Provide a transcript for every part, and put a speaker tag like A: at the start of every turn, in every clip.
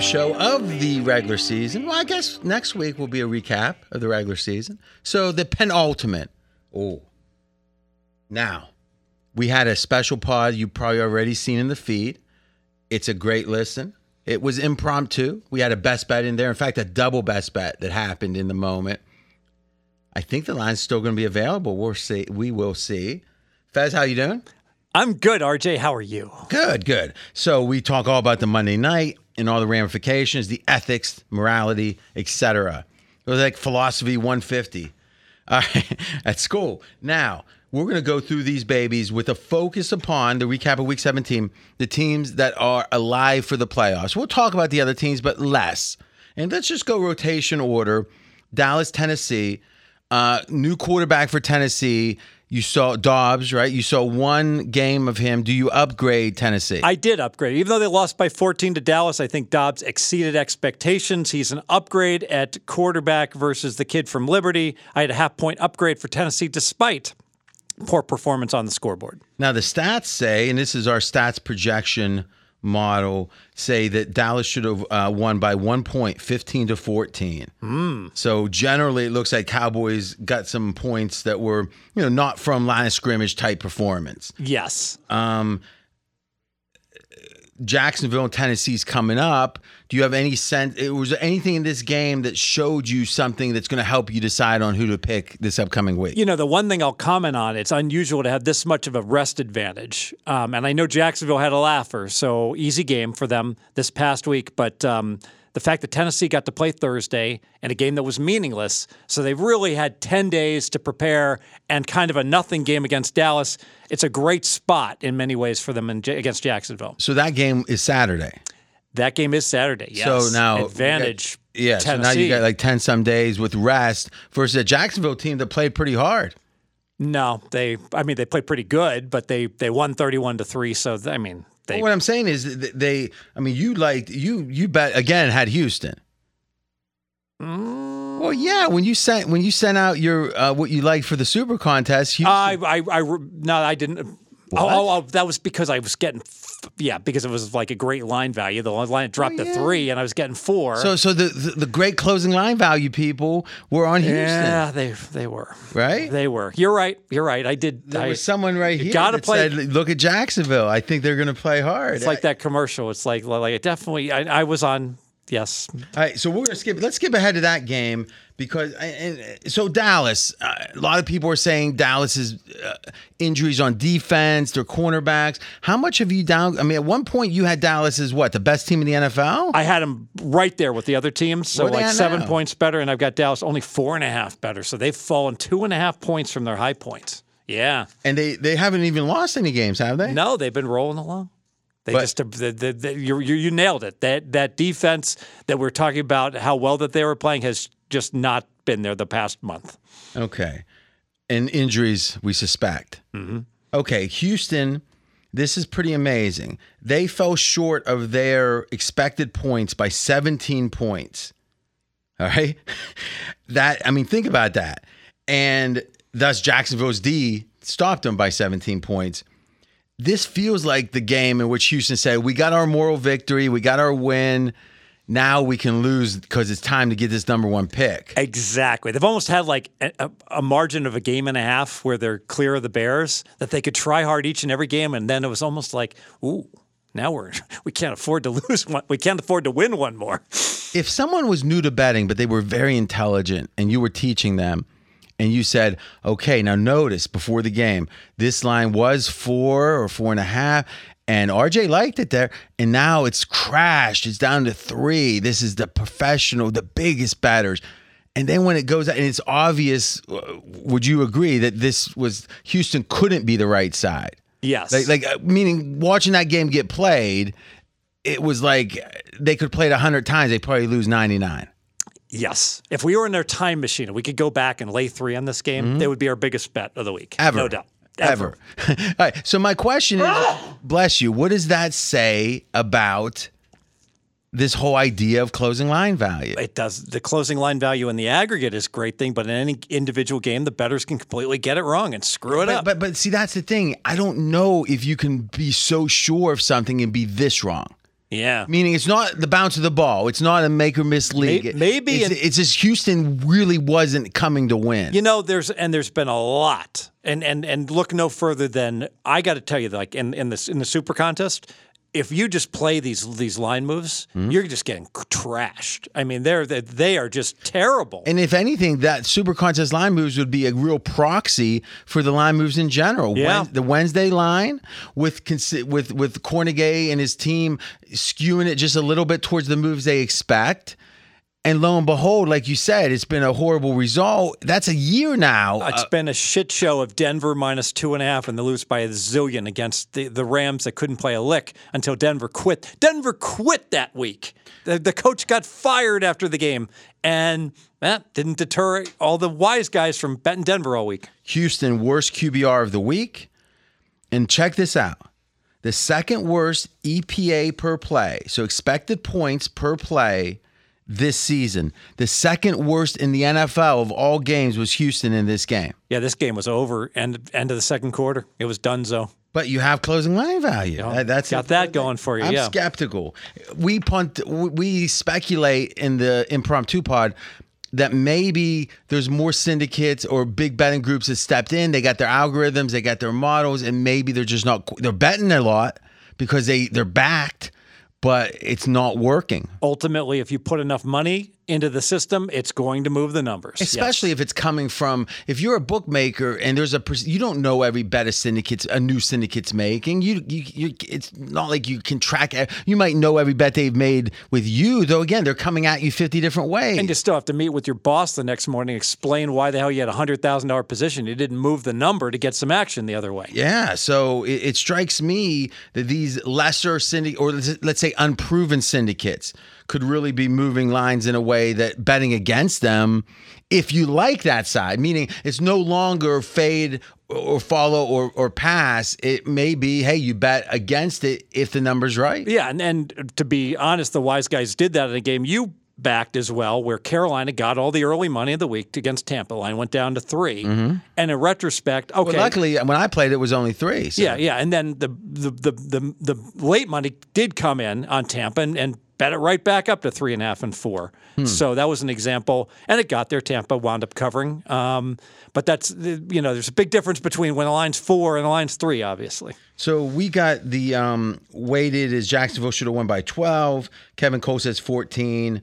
A: show of the regular season. Well, I guess next week will be a recap of the regular season. So the penultimate. Oh. Now, we had a special pod you probably already seen in the feed. It's a great listen. It was impromptu. We had a best bet in there. In fact, a double best bet that happened in the moment. I think the line's still going to be available. We'll see. We will see. Fez, how you doing?
B: I'm good, RJ. How are you?
A: Good, good. So we talk all about the Monday night and all the ramifications, the ethics, morality, etc. It was like philosophy 150 all right, at school. Now we're going to go through these babies with a focus upon the recap of Week 17, the teams that are alive for the playoffs. We'll talk about the other teams, but less. And let's just go rotation order: Dallas, Tennessee. Uh, new quarterback for Tennessee. You saw Dobbs, right? You saw one game of him. Do you upgrade Tennessee?
B: I did upgrade. Even though they lost by 14 to Dallas, I think Dobbs exceeded expectations. He's an upgrade at quarterback versus the kid from Liberty. I had a half point upgrade for Tennessee despite poor performance on the scoreboard.
A: now the stats say, and this is our stats projection model, say that Dallas should have uh, won by one point, 15 to 14. So generally, it looks like Cowboys got some points that were, you know, not from line of scrimmage type performance.
B: Yes.
A: Jacksonville and Tennessee's coming up. Do you have any sense? it- Was there anything in this game that showed you something that's going to help you decide on who to pick this upcoming week?
B: You know, the one thing I'll comment on, it's unusual to have this much of a rest advantage. Um, and I know Jacksonville had a laugher, so easy game for them this past week. But um, the fact that Tennessee got to play Thursday in a game that was meaningless, so they've really had 10 days to prepare and kind of a nothing game against Dallas. It's a great spot in many ways for them in, J- against Jacksonville.
A: So that game is Saturday.
B: That game is Saturday. Yes.
A: So now you
B: advantage.
A: got- yeah.
B: Tennessee.
A: So now you got like ten some days with rest versus a Jacksonville team that played pretty hard.
B: no, they. I mean, they played pretty good, but they they won thirty-one to three. So I mean, they
A: But what I'm saying is th- th- they. I mean, you liked you you bet again had Houston.
B: Mm.
A: Well, yeah. When you sent when you sent out your uh, what you liked for the Super contest, Houston,
B: I, I, I, re- no, I didn't. Oh, oh, oh, that was because I was getting, f- yeah, because it was like a great line value. The line dropped to three, and I was getting four.
A: Oh, so so the, the the great closing line value people were on Houston.
B: yeah, they they were
A: Right?
B: They were. You're right. You're right. I did.
A: There
B: I,
A: was someone right
B: you
A: here
B: gotta
A: that
B: play-
A: said, "Look at Jacksonville. I think they're going to play hard."
B: it's like that commercial. It's like like it definitely. I, I was on. Yes,
A: All right, so we're gonna skip. Let's skip ahead to that game because and, and- so Dallas. Uh, a lot of people are saying Dallas's uh, injuries on defense, their cornerbacks. How much have you down? I mean, at one point you had Dallas as what the best team in the NFL.
B: I had them right there with the other teams. So
A: Where they
B: like
A: at
B: seven
A: now?
B: points better, and I've got Dallas only four and a half better. So they've fallen two and a half points from their high points. Yeah.
A: and they they haven't even lost any games, have they?
B: No, they've been rolling along. They
A: But-
B: just they, they, they, you, you you nailed it. That that defense that we're talking about, how well that they were playing, has just not been there the past month.
A: Okay, and injuries we suspect. Mm-hmm. Okay, Houston. This is pretty amazing. They fell short of their expected points by 17 points. All right. That I mean, think about that. And thus Jacksonville's D stopped them by 17 points. This feels like the game in which Houston said, We got our moral victory, we got our win. Now we can lose because it's time to get this number one pick.
B: Exactly. They've almost had like a, a- a margin of a game and a half where they're clear of the Bears that they could try hard each and every game, and then it was almost like, ooh, now we're we can't afford to lose one. We can't afford to win one more.
A: If someone was new to betting, but they were very intelligent and you were teaching them, and you said, okay, now notice before the game, this line was four or four and a half, and RJ liked it there, and now it's crashed. It's down to three. This is the professional, the biggest batters. And then when it goes out, and it's obvious, uh, would you agree that this was Houston couldn't be the right side?
B: Yes.
A: Like, like uh, meaning watching that game get played, it was like they could play it hundred times, they probably lose ninety nine.
B: Yes. If we were in their time machine and we could go back and lay three on this game, they would be our biggest bet of the week.
A: Ever.
B: No doubt. Ah!
A: Ever. All right. So my question is, bless you. What does that say about this whole idea of closing line value?
B: It does. The closing line value in the aggregate is a great thing, but in any individual game, the betters can completely get it wrong and screw it
A: But,
B: up.
A: but but see, that's the thing. I don't know if you can be so sure of something and be this wrong.
B: Yeah.
A: Meaning it's not the bounce of the ball. It's not a make or miss league. It-
B: maybe
A: it's,
B: in-
A: it's just Houston really wasn't coming to win.
B: You know, there's and there's been a lot, and and and look no further than I got to tell you, like in in this in the super contest, if you just play these these line moves,
A: Hmm?
B: you're just getting trashed. I mean, they're they, they are just terrible.
A: And if anything, that super contest line moves would be a real proxy for the line moves in general.
B: Yeah.
A: the Wednesday line with consi- with with Cornegay and his team skewing it just a little bit towards the moves they expect. And lo and behold, like you said, it's been a horrible result. That's a year now.
B: It's been a shit show of Denver minus two and a half, and they lose by a zillion against the, the Rams that couldn't play a lick until Denver quit. Denver quit that week. The, the coach got fired after the game, and that didn't deter all the wise guys from betting Denver all week.
A: Houston worst QBR of the week. And check this out. The second worst EPA per play, so expected points per play this season. The second worst in the NFL of all games was Houston in this game.
B: Yeah, this game was over. End end of the second quarter. It was donezo.
A: But you have closing line value. That- That's
B: got that going for you.
A: I'm
B: yeah.
A: skeptical. We punt. We speculate in the impromptu pod that maybe there's more syndicates or big betting groups that stepped in. They got their algorithms, they got their models, and maybe they're just not. They're betting a lot because they they're backed, but it's not working.
B: Ultimately, if you put enough money into the system, it's going to move the numbers. Yes.
A: Especially if it's coming from if you're a bookmaker and there's a per- you don't know every bet a syndicate's a new syndicate's making you you, you it's not like you can track e- you might know every bet they've made with you though again they're coming at you 50 different ways
B: And you still have to meet with your boss the next morning, explain why the hell you had a hundred thousand dollar position. You didn't move the number to get some action the other way.
A: yeah so it, it strikes me that these lesser syndicate or let's let's say unproven syndicates could really be moving lines in a way that betting against them if you like that side meaning it's no longer fade or follow or, or pass it may be hey you bet against it if the number's right
B: Yeah, and, and to be honest, the wise guys did that in a game you backed as well, where Carolina got all the early money of the week against Tampa. Line went down to 3 and in retrospect, okay,
A: But luckily when i played it was only three so
B: Yeah, yeah. And then the the the the, the late money did come in on Tampa and, and bet it right back up to three and a half and four. So that was an example, and it got there. Tampa wound up covering, um, but that's you know there's a big difference between when the line's four and the line's three, obviously.
A: So we got the um, weighted as Jacksonville should have won by 12. Kevin Cole says 14.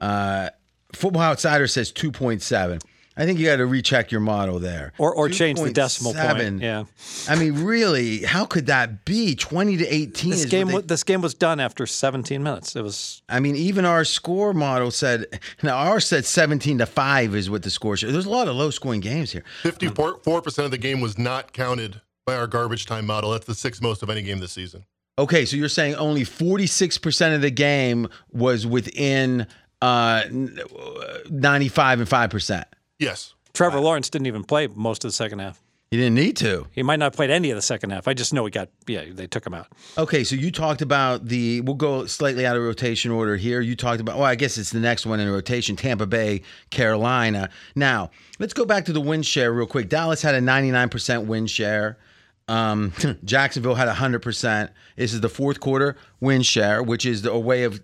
A: Uh, Football Outsider says 2.7. I think you got to recheck your model there.
B: Or or change the decimal
A: 2.7.
B: point. Yeah,
A: I mean, really, how could that be? 20 to 18
B: this
A: is
B: game
A: ridic-
B: wa- this game was done after 17 minutes. It was
A: I mean, even our score model said, now ours said 17 to 5 is what the score should. There's a lot of low scoring games here.
C: 54% of the game was not counted by our garbage time model. That's the sixth most of any game this season.
A: Okay, so you're saying only 46% of the game was within uh, n- uh, 95 and 5%.
C: Yes.
B: Trevor Lawrence didn't even play most of the second half.
A: You didn't need to.
B: He might not have played any of the second half. I just know he got yeah they took him out.
A: Okay, so you talked about the, we'll go slightly out of rotation order here. You talked about, well, I guess it's the next one in rotation Tampa Bay, Carolina. Now, let's go back to the win share real quick. Dallas had a 99% win share. Um, Jacksonville had 100%. This is the fourth quarter win share, which is the, a way of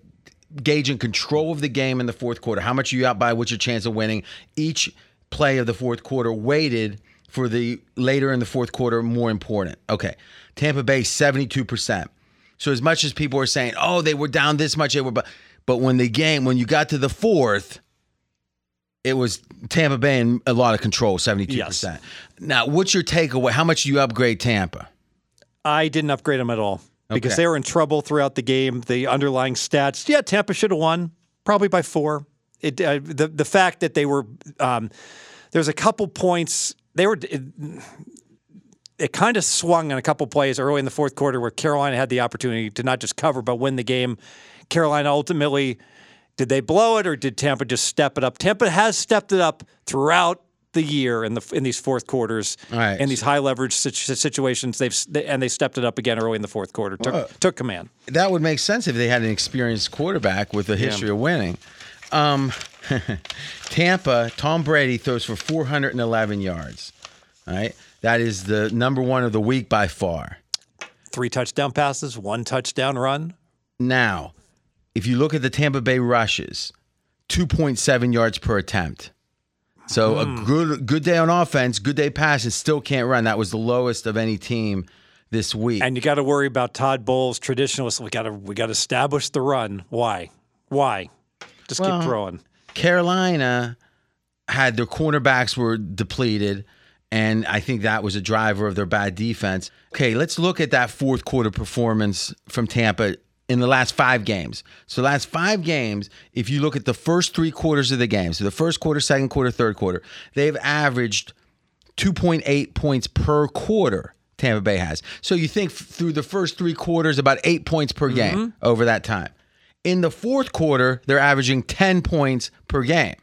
A: gauging control of the game in the fourth quarter. How much are you out by? What's your chance of winning? Each play of the fourth quarter weighted for the later in the fourth quarter more important. Okay. Tampa Bay 72%. So as much as people are saying, "Oh, they were down this much, they were but but when the game when you got to the fourth, it was Tampa Bay in a lot of control, 72%. Now, what's your takeaway? How much do you upgrade Tampa?
B: I didn't upgrade them at all because
A: Okay.
B: they were in trouble throughout the game. The underlying stats, yeah, Tampa should have won probably by four. It uh, the the fact that they were um, there's a couple points they were. It, it kind of swung on a couple plays early in the fourth quarter where Carolina had the opportunity to not just cover but win the game. Carolina ultimately did they blow it or did Tampa just step it up? Tampa has stepped it up throughout the year in the in these fourth quarters
A: right.
B: in these high leverage situ- situations. They've s- they- and they stepped it up again early in the fourth quarter. Took took command.
A: that would make sense if they had an experienced quarterback with a history of winning. Um, Tampa, Tom Brady throws for 411 yards. All right. That is the number one of the week by far.
B: Three touchdown passes, one touchdown run.
A: Now, if you look at the Tampa Bay rushes, 2.7 yards per attempt. So a good good day on offense, good day passing, still can't run. That was the lowest of any team this week.
B: And you got to worry about Todd Bowles, traditionalist. We got to we got to establish the run. Why? Why? Just
A: Well,
B: keep throwing.
A: Carolina had their cornerbacks were depleted, and I think that was a driver of their bad defense. Okay, let's look at that fourth quarter performance from Tampa in the last five games. So, last five games, if you look at the first three quarters of the game, so the first quarter, second quarter, third quarter, they've averaged 2.8 points per quarter. Tampa Bay has. So you think f- through the first three quarters, about eight points per game over that time. In the fourth quarter, they're averaging 10 points per game.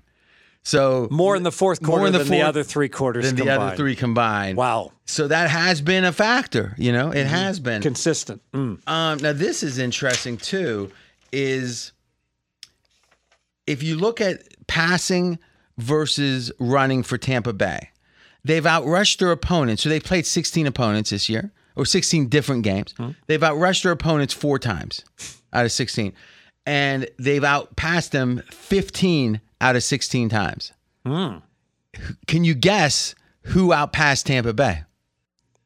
A: So
B: More in the fourth
A: More
B: quarter
A: in the
B: than
A: fourth
B: the other three quarters
A: than the
B: combined.
A: other three combined.
B: Wow, Mm-hmm.
A: So that has been a factor, you know, it has been.
B: consistent. Mm.
A: Um, now this is interesting too. Is if you look at passing versus running for Tampa Bay, they've outrushed their opponents. So they've played 16 opponents this year, or 16 different games. They've outrushed their opponents four times out of 16, and they've outpassed them 15 out of 16 times. Can you guess who outpassed Tampa Bay?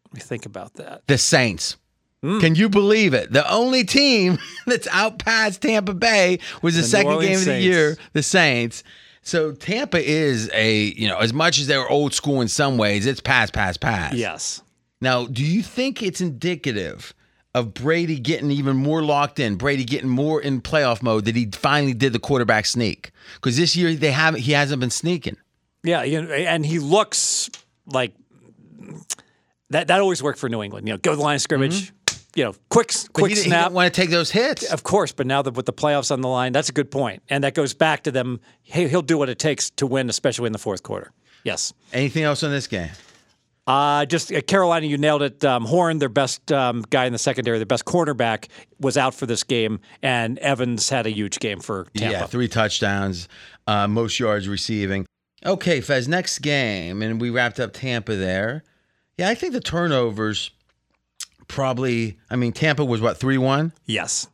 B: Let me think about that.
A: the Saints.
B: Hmm.
A: Can you believe it? The only team that's outpassed Tampa Bay was the,
B: New
A: second
B: Orleans
A: game of the
B: Saints.
A: year, the Saints. So Tampa is a, you know, as much as they were old school in some ways, it's pass, pass, pass.
B: Yes.
A: Now, do you think it's indicative of Brady getting even more locked in, Brady getting more in playoff mode that he finally did the quarterback sneak? Because this year they haven't he hasn't been sneaking.
B: Yeah, you know, and he looks like that. That always worked for New England. You know, go to the line of scrimmage. You know, quick
A: Mm-hmm. But
B: quick
A: he, didn't- he
B: snap.
A: didn't want to take those hits.
B: Of course, but now that with the playoffs on the line, that's a good point, and that goes back to them. Hey, he'll do what it takes to win, especially in the fourth quarter. Yes.
A: Anything else on this game?
B: Uh, just uh, Carolina, you nailed it. Um, Horn, their best um, guy in the secondary, their best cornerback, was out for this game, and Evans had a huge game for Tampa.
A: Yeah, three touchdowns, uh, most yards receiving. Okay, Fez, next game, and we wrapped up Tampa there. Yeah, I think the turnovers probably, I mean, Tampa was what, 3 1?
B: Yes,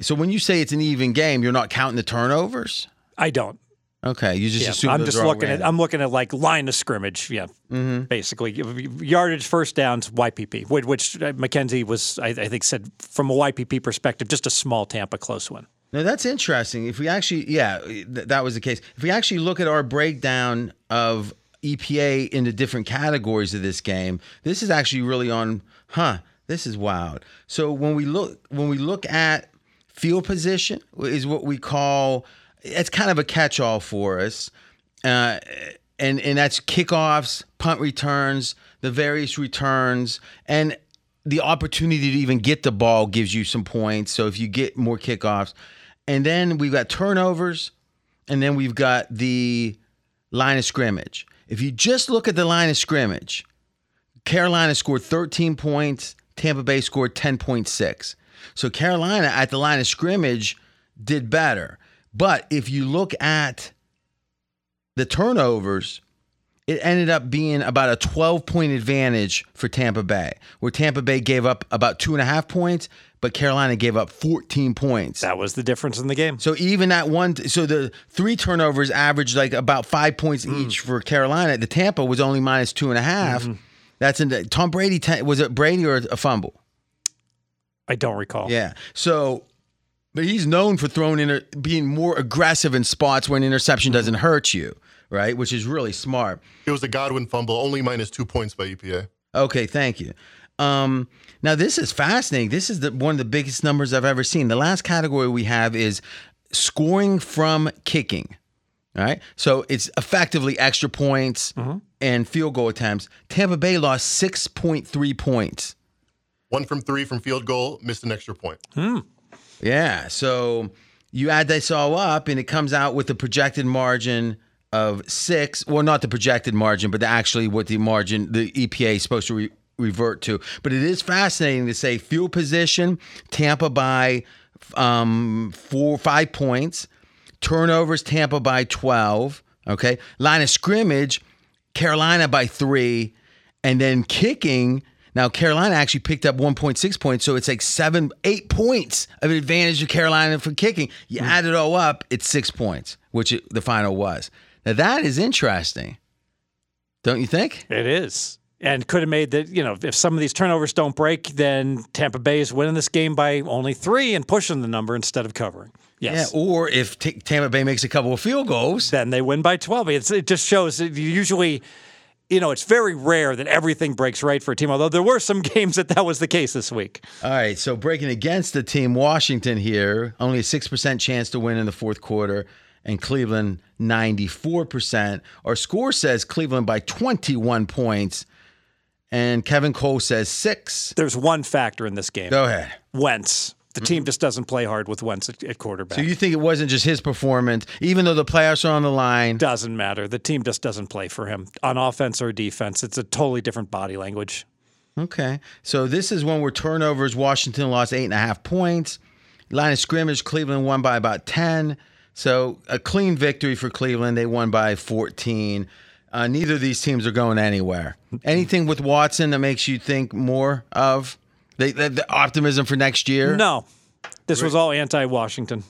A: So when you say it's an even game, you're not counting the turnovers?
B: I don't.
A: Okay, you just
B: Yeah,
A: assume
B: I'm
A: those
B: just
A: are all
B: looking at
A: random.
B: I'm looking at like line of scrimmage. Yeah, basically yardage, first downs, YPP, which, which uh, McKenzie was I, I think said from a YPP perspective, just a small Tampa close one.
A: No, that's interesting. If we actually, yeah, th- that was the case. If we actually look at our breakdown of EPA into different categories of this game, this is actually really on. Huh, this is wild. So when we look when we look at field position is what we call. It's kind of a catch-all for us, uh, and and that's kickoffs, punt returns, the various returns, and the opportunity to even get the ball gives you some points. So if you get more kickoffs, and then we've got turnovers, and then we've got the line of scrimmage. If you just look at the line of scrimmage, Carolina scored 13 points, Tampa Bay scored 10.6. So Carolina at the line of scrimmage did better. But if you look at the turnovers, it ended up being about a 12 point advantage for Tampa Bay, where Tampa Bay gave up about two and a half points, but Carolina gave up 14 points.
B: That was the difference in the game.
A: So even that one, so the three turnovers averaged like about five points each for Carolina. The Tampa was only minus two and a half. That's in the, Tom Brady. Ten, was it Brady or a fumble?
B: I don't recall.
A: Yeah. So, but he's known for throwing in being more aggressive in spots where an interception doesn't hurt you, right? Which is really smart.
C: It was a Godwin fumble, only minus two points by E EPA.
A: Okay, thank you. Um, now this is fascinating. This is the, one of the biggest numbers I've ever seen. The last category we have is scoring from kicking. All right, so it's effectively extra points and field goal attempts. Tampa Bay lost six point three points.
C: One from three from field goal, missed an extra point.
A: Yeah, so you add this all up, and it comes out with the projected margin of six. Well, not the projected margin, but the, actually what the margin the EPA is supposed to re- revert to. But it is fascinating to say field position, Tampa by um, four five points, turnovers, Tampa by twelve. Okay, line of scrimmage, Carolina by three, and then kicking. Now Carolina actually picked up 1.6 points, so it's like seven, eight points of advantage to Carolina for kicking. You add it all up, it's six points, which it, the final was. Now that is interesting, don't you think?
B: It is. And could have made that, you know, if some of these turnovers don't break, then Tampa Bay is winning this game by only three and pushing the number instead of covering. Yes.
A: Yeah. Or if T- Tampa Bay makes a couple of field goals,
B: Then they win by 12. It's, it just shows that you usually, you know, it's very rare that everything breaks right for a team, although there were some games that that was the case this week.
A: All right, so breaking against the team Washington here, only a 6% chance to win in the fourth quarter, and Cleveland 94%. Our score says Cleveland by 21 points, and Kevin Cole says six.
B: There's one factor in this game
A: Go ahead.
B: Wentz. The team just doesn't play hard with Wentz at, at quarterback.
A: Mm-hmm. So you think it wasn't just his performance, even though the playoffs are on the line?
B: doesn't matter. The team just doesn't play for him on offense or defense. It's a totally different body language.
A: Okay, so this is when we're turnovers. Washington lost eight and a half points. Line of scrimmage, Cleveland won by about 10. So a clean victory for Cleveland. They won by 14. Uh, neither of these teams are going anywhere. Anything with Watson that makes you think more of the, the, the optimism for next year?
B: No, this was all anti-Washington.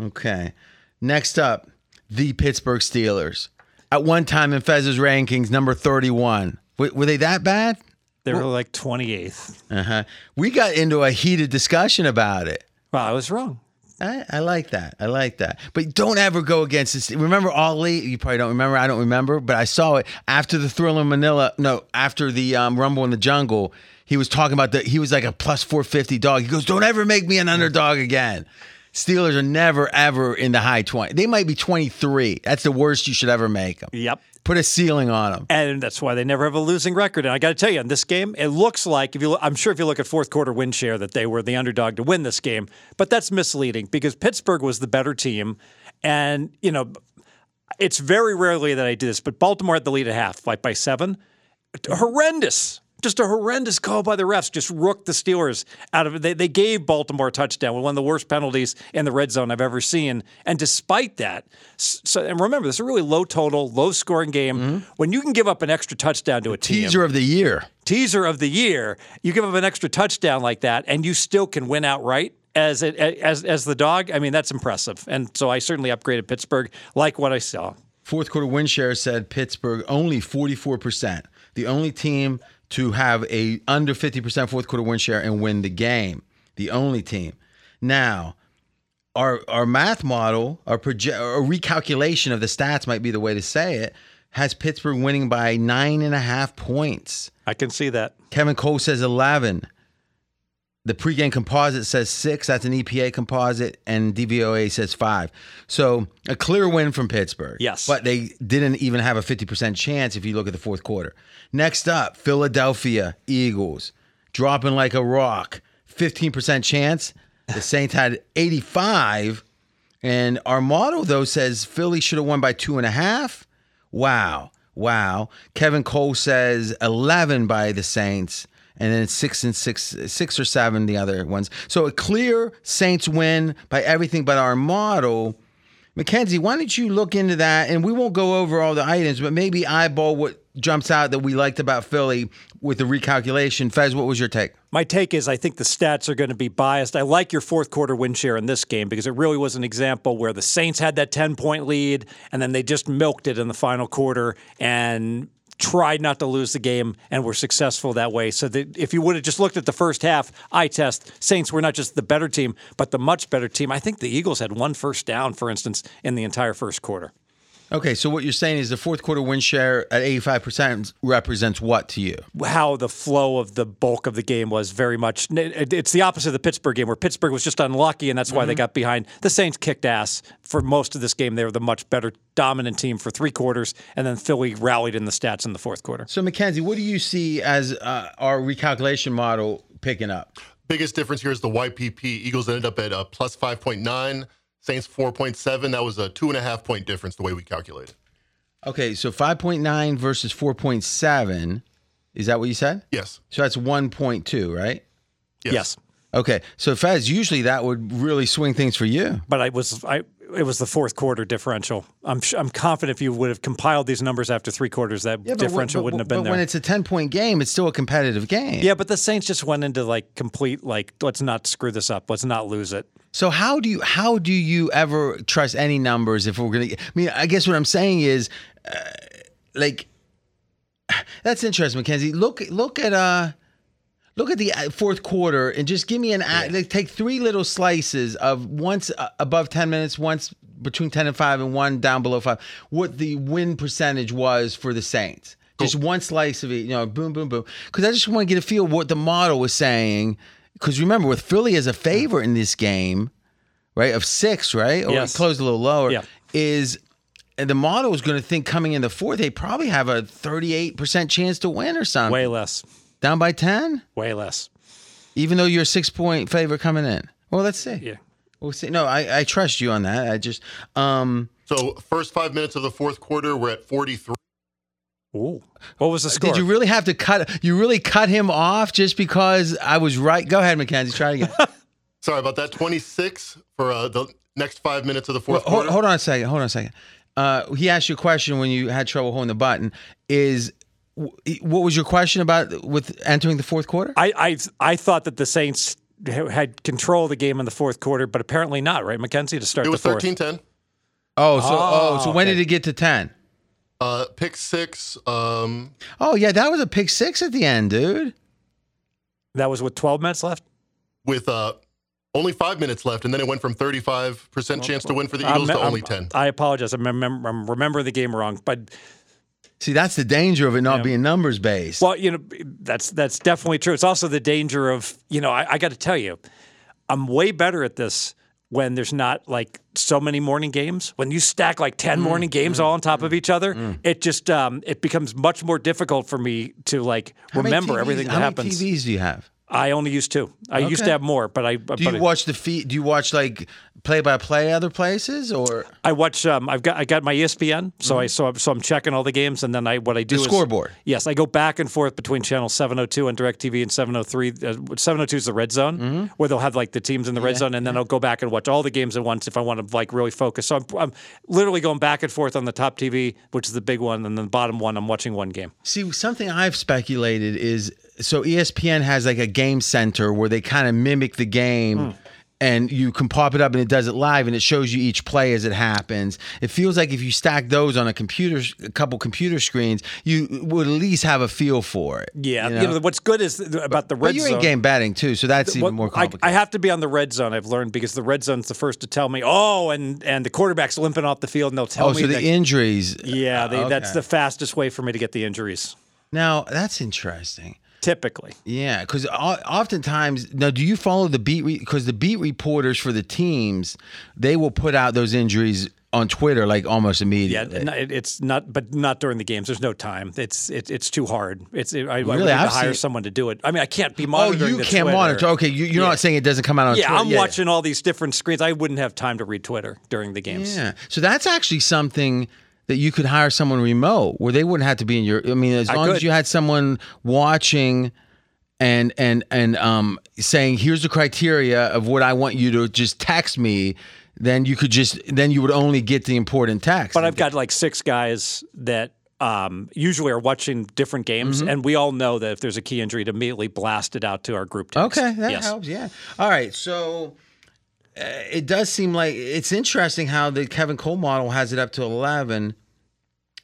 A: Okay. Next up, the Pittsburgh Steelers. At one time in Fez's rankings, number 31. W- were they that bad?
B: They were like 28th.
A: Uh-huh. We got into a heated discussion about it.
B: Well, I was wrong.
A: I, I like that. I like that. But don't ever go against this. Remember Ali? You probably don't remember. I don't remember, but I saw it after the Thrill in Manila. No, after the um, Rumble in the Jungle, he was talking about the. He was like a plus four fifty dog. He goes, "Don't ever make me an underdog again." Steelers are never ever in the high twenty. They might be twenty three. That's the worst you should ever make them.
B: Yep.
A: Put a ceiling on them.
B: And that's why they never have a losing record. And I got to tell you, in this game, it looks like if you, look, I'm sure if you look at fourth quarter win share, that they were the underdog to win this game. But that's misleading because Pittsburgh was the better team, and you know, it's very rarely that I do this. But Baltimore had the lead at half, like by seven. Horrendous. Just a horrendous call by the refs. Just rooked the Steelers out of it. They, they gave Baltimore a touchdown with one of the worst penalties in the red zone I've ever seen. And despite that, s- so and remember, this is a really low total, low scoring game. When you can give up an extra touchdown to a team,
A: Teaser of the year.
B: teaser of the year, you give up an extra touchdown like that, and you still can win outright as it, as as the dog. I mean, that's impressive. And so I certainly upgraded Pittsburgh, like what I saw.
A: Fourth quarter win share said Pittsburgh only 44%, the only team to have a under 50% fourth quarter win share and win the game. The only team. Now, our our math model, our proje- our recalculation of the stats might be the way to say it, has Pittsburgh winning by nine and a half points.
B: I can see that.
A: Kevin Cole says 11. The pregame composite says six. That's an EPA composite, and DVOA says five. So a clear win from Pittsburgh.
B: Yes.
A: But they didn't even have a 50% chance if you look at the fourth quarter. Next up, Philadelphia Eagles dropping like a rock. 15% chance. The Saints had 85. And our model, though, says Philly should have won by two and a half. Wow. Wow. Kevin Cole says 11 by the Saints. And then six and six, six or seven, the other ones. So a clear Saints win by everything but our model. Mackenzie, why don't you look into that? And we won't go over all the items, but maybe eyeball what jumps out that we liked about Philly with the recalculation. Fez, what was your take?
B: My take is I think the stats are going to be biased. I like your fourth quarter win share in this game because it really was an example where the Saints had that 10 point lead and then they just milked it in the final quarter and tried not to lose the game and were successful that way. So that if you would have just looked at the first half, I test Saints were not just the better team, but the much better team. I think the Eagles had one first down, for instance, in the entire first quarter.
A: Okay, so what you're saying is the fourth quarter win share at 85% represents what to you?
B: how the flow of the bulk of the game was very much. it- It's the opposite of the Pittsburgh game, where Pittsburgh was just unlucky, and that's why
A: Mm-hmm.
B: they got behind. The Saints kicked ass for most of this game. They were the much better dominant team for three quarters, and then Philly rallied in the stats in the fourth quarter.
A: So, Mackenzie, what do you see as uh, our recalculation model picking up?
C: Biggest difference here is the YPP. Eagles ended up at uh, plus 5.9, Saints 4.7. That was a two and a half point difference the way we calculated.
A: Okay, so 5.9 versus 4.7. Is that what you said?
C: Yes.
A: So that's 1.2, right?
B: Yes,
A: Okay, so Fez, usually that would really swing things for you.
B: but I was I it was the fourth quarter differential. I'm sh- I'm confident if you would have compiled these numbers after three quarters, that
A: Yeah, but when-
B: differential
A: but-
B: wouldn't have been
A: but
B: there.
A: when it's a ten point game, it's still a competitive game.
B: yeah, but the Saints just went into like complete like let's not screw this up, let's not lose it.
A: So how do you how do you ever trust any numbers if we're gonna? I mean, I guess what I'm saying is, uh, like, that's interesting, Mackenzie. Look look at uh. Look at the uh, fourth quarter and just give me an a like take three little slices of once uh, above 10 minutes, once between 10 and 5 and one down below 5. What the win percentage was for the Saints. Just one slice of it, you know, boom boom boom. Cuz I just want to get a feel of what the model was saying cuz remember with Philly as a favorite in this game, right? Of 6, right? Or
B: Yes.
A: it closed a little lower
B: Yeah.
A: is and the model is going to think coming in the fourth, they probably have a 38% chance to win or something.
B: Way less,
A: Down by 10?
B: way less.
A: even though you're a six point favorite coming in. Well, let's see.
B: Yeah.
A: We'll see. No, I, I trust you on that. I just um
C: So first five minutes of the fourth quarter, we're at 43.
B: Ooh, what was the score?
A: Uh, did you really have to cut you really cut him off just because I was right? Go ahead, Mackenzie, try it again.
C: Sorry about that. 26 for uh, the next five minutes of the fourth
A: hold,
C: quarter.
A: hold on a second. Hold on a second. Uh, he asked you a question when you had trouble holding the button. Is wh- what was your question about with entering the fourth quarter?
B: I I I thought that the Saints ha- had control of the game in the fourth quarter, but apparently not. Right, McKenzie to start
C: It
B: the
C: was
B: fourth.
C: 13 10.
A: Oh, so oh,
B: Oh,
A: so when
B: okay.
A: did it get to ten?
C: Uh, pick six. Um,
A: Oh yeah, that was a pick six at the end, dude.
B: That was with 12 minutes left.
C: with uh, only five minutes left, and then it went from 35% chance to win for the Eagles
B: I'm-
C: to only
B: I'm-
C: 10.
B: I apologize. I'm, remem- I'm remembering the game wrong, but
A: See, that's the danger of it not being numbers based.
B: Well, you know, that's that's definitely true. It's also the danger of, you know, I, I got to tell you, I'm way better at this when there's not like so many morning games. When you stack like 10
C: Mm,
B: morning games all on top of each other, it just um, it becomes much more difficult for me to like
A: How many
B: remember
A: TVs
B: everything that
A: how many
B: happens.
A: TVs do you have?
B: I only use two. I used to
A: Okay.
B: have more, but I
A: Do you
B: but I-
A: watch the feed? Do you watch like play by play other places or
B: I watch um, I've got I got my ESPN, so I so I'm, so I'm checking all the games and then I what I do
A: Mm-hmm. the
B: is
A: scoreboard?
B: Yes, I go back and forth between channel 702 and DirecTV and 703. Uh, 702 is the red zone
A: Mm-hmm.
B: where they'll have like the teams in the red zone, and then I'll go back and watch all the games at once if I want to like really focus. So I'm, I'm literally going back and forth on the top TV, which is the big one, and then the bottom one, I'm watching one game.
A: See, something I've speculated is so E ESPN has like a game center where they kind of mimic the game. And you can pop it up and it does it live and it shows you each play as it happens. It feels like if you stack those on a computer, a couple computer screens, you would at least have a feel for it.
B: Yeah,
A: you
B: you
A: know?
B: know, what's good is th- about the red
A: but you're
B: zone.
A: in game batting too, so that's even
B: What-
A: more
B: I,
A: complicated.
B: I have to be on the red zone. I've learned because the red zone's the first to tell me. Oh, and and the quarterback's limping off the field, and they'll tell
A: oh,
B: me.
A: so the
B: that-
A: injuries.
B: yeah, they, that's
A: okay.
B: the fastest way for me to get the injuries.
A: Now that's interesting.
B: Typically,
A: Yeah, because oftentimes now, do you follow the beat? Because the beat reporters for the teams, they will put out those injuries on Twitter like almost
B: yeah,
A: immediately.
B: no, it- it's not, but not during the games. There's no time. It's it, it's too hard. It's it, I, I would
A: Really?
B: need to
A: I've
B: hire
A: seen-
B: someone to do it. I mean, I can't be
A: oh,
B: monitoring.
A: you
B: the
A: can't
B: Twitter.
A: monitor. Okay, you, you're
B: Yeah.
A: not saying it doesn't come out on
B: Yeah,
A: Twitter.
B: I'm watching all these different screens. I wouldn't have time to read Twitter during the games.
A: Yeah, so that's actually something that you could hire someone remote where they wouldn't have to be in your. I mean, as long as
B: could.
A: you had someone watching. And and and um, saying here's the criteria of what I want you to just text me, then you could just then you would only get the important text.
B: But I've got like six guys that um, usually are watching different games,
A: Mm-hmm.
B: and we all know that if there's a key injury, to immediately blast it out to our group text.
A: Okay, that
B: Yes.
A: helps. Yeah. All right. So uh, it does seem like it's interesting how the Kevin Cole model has it up to eleven.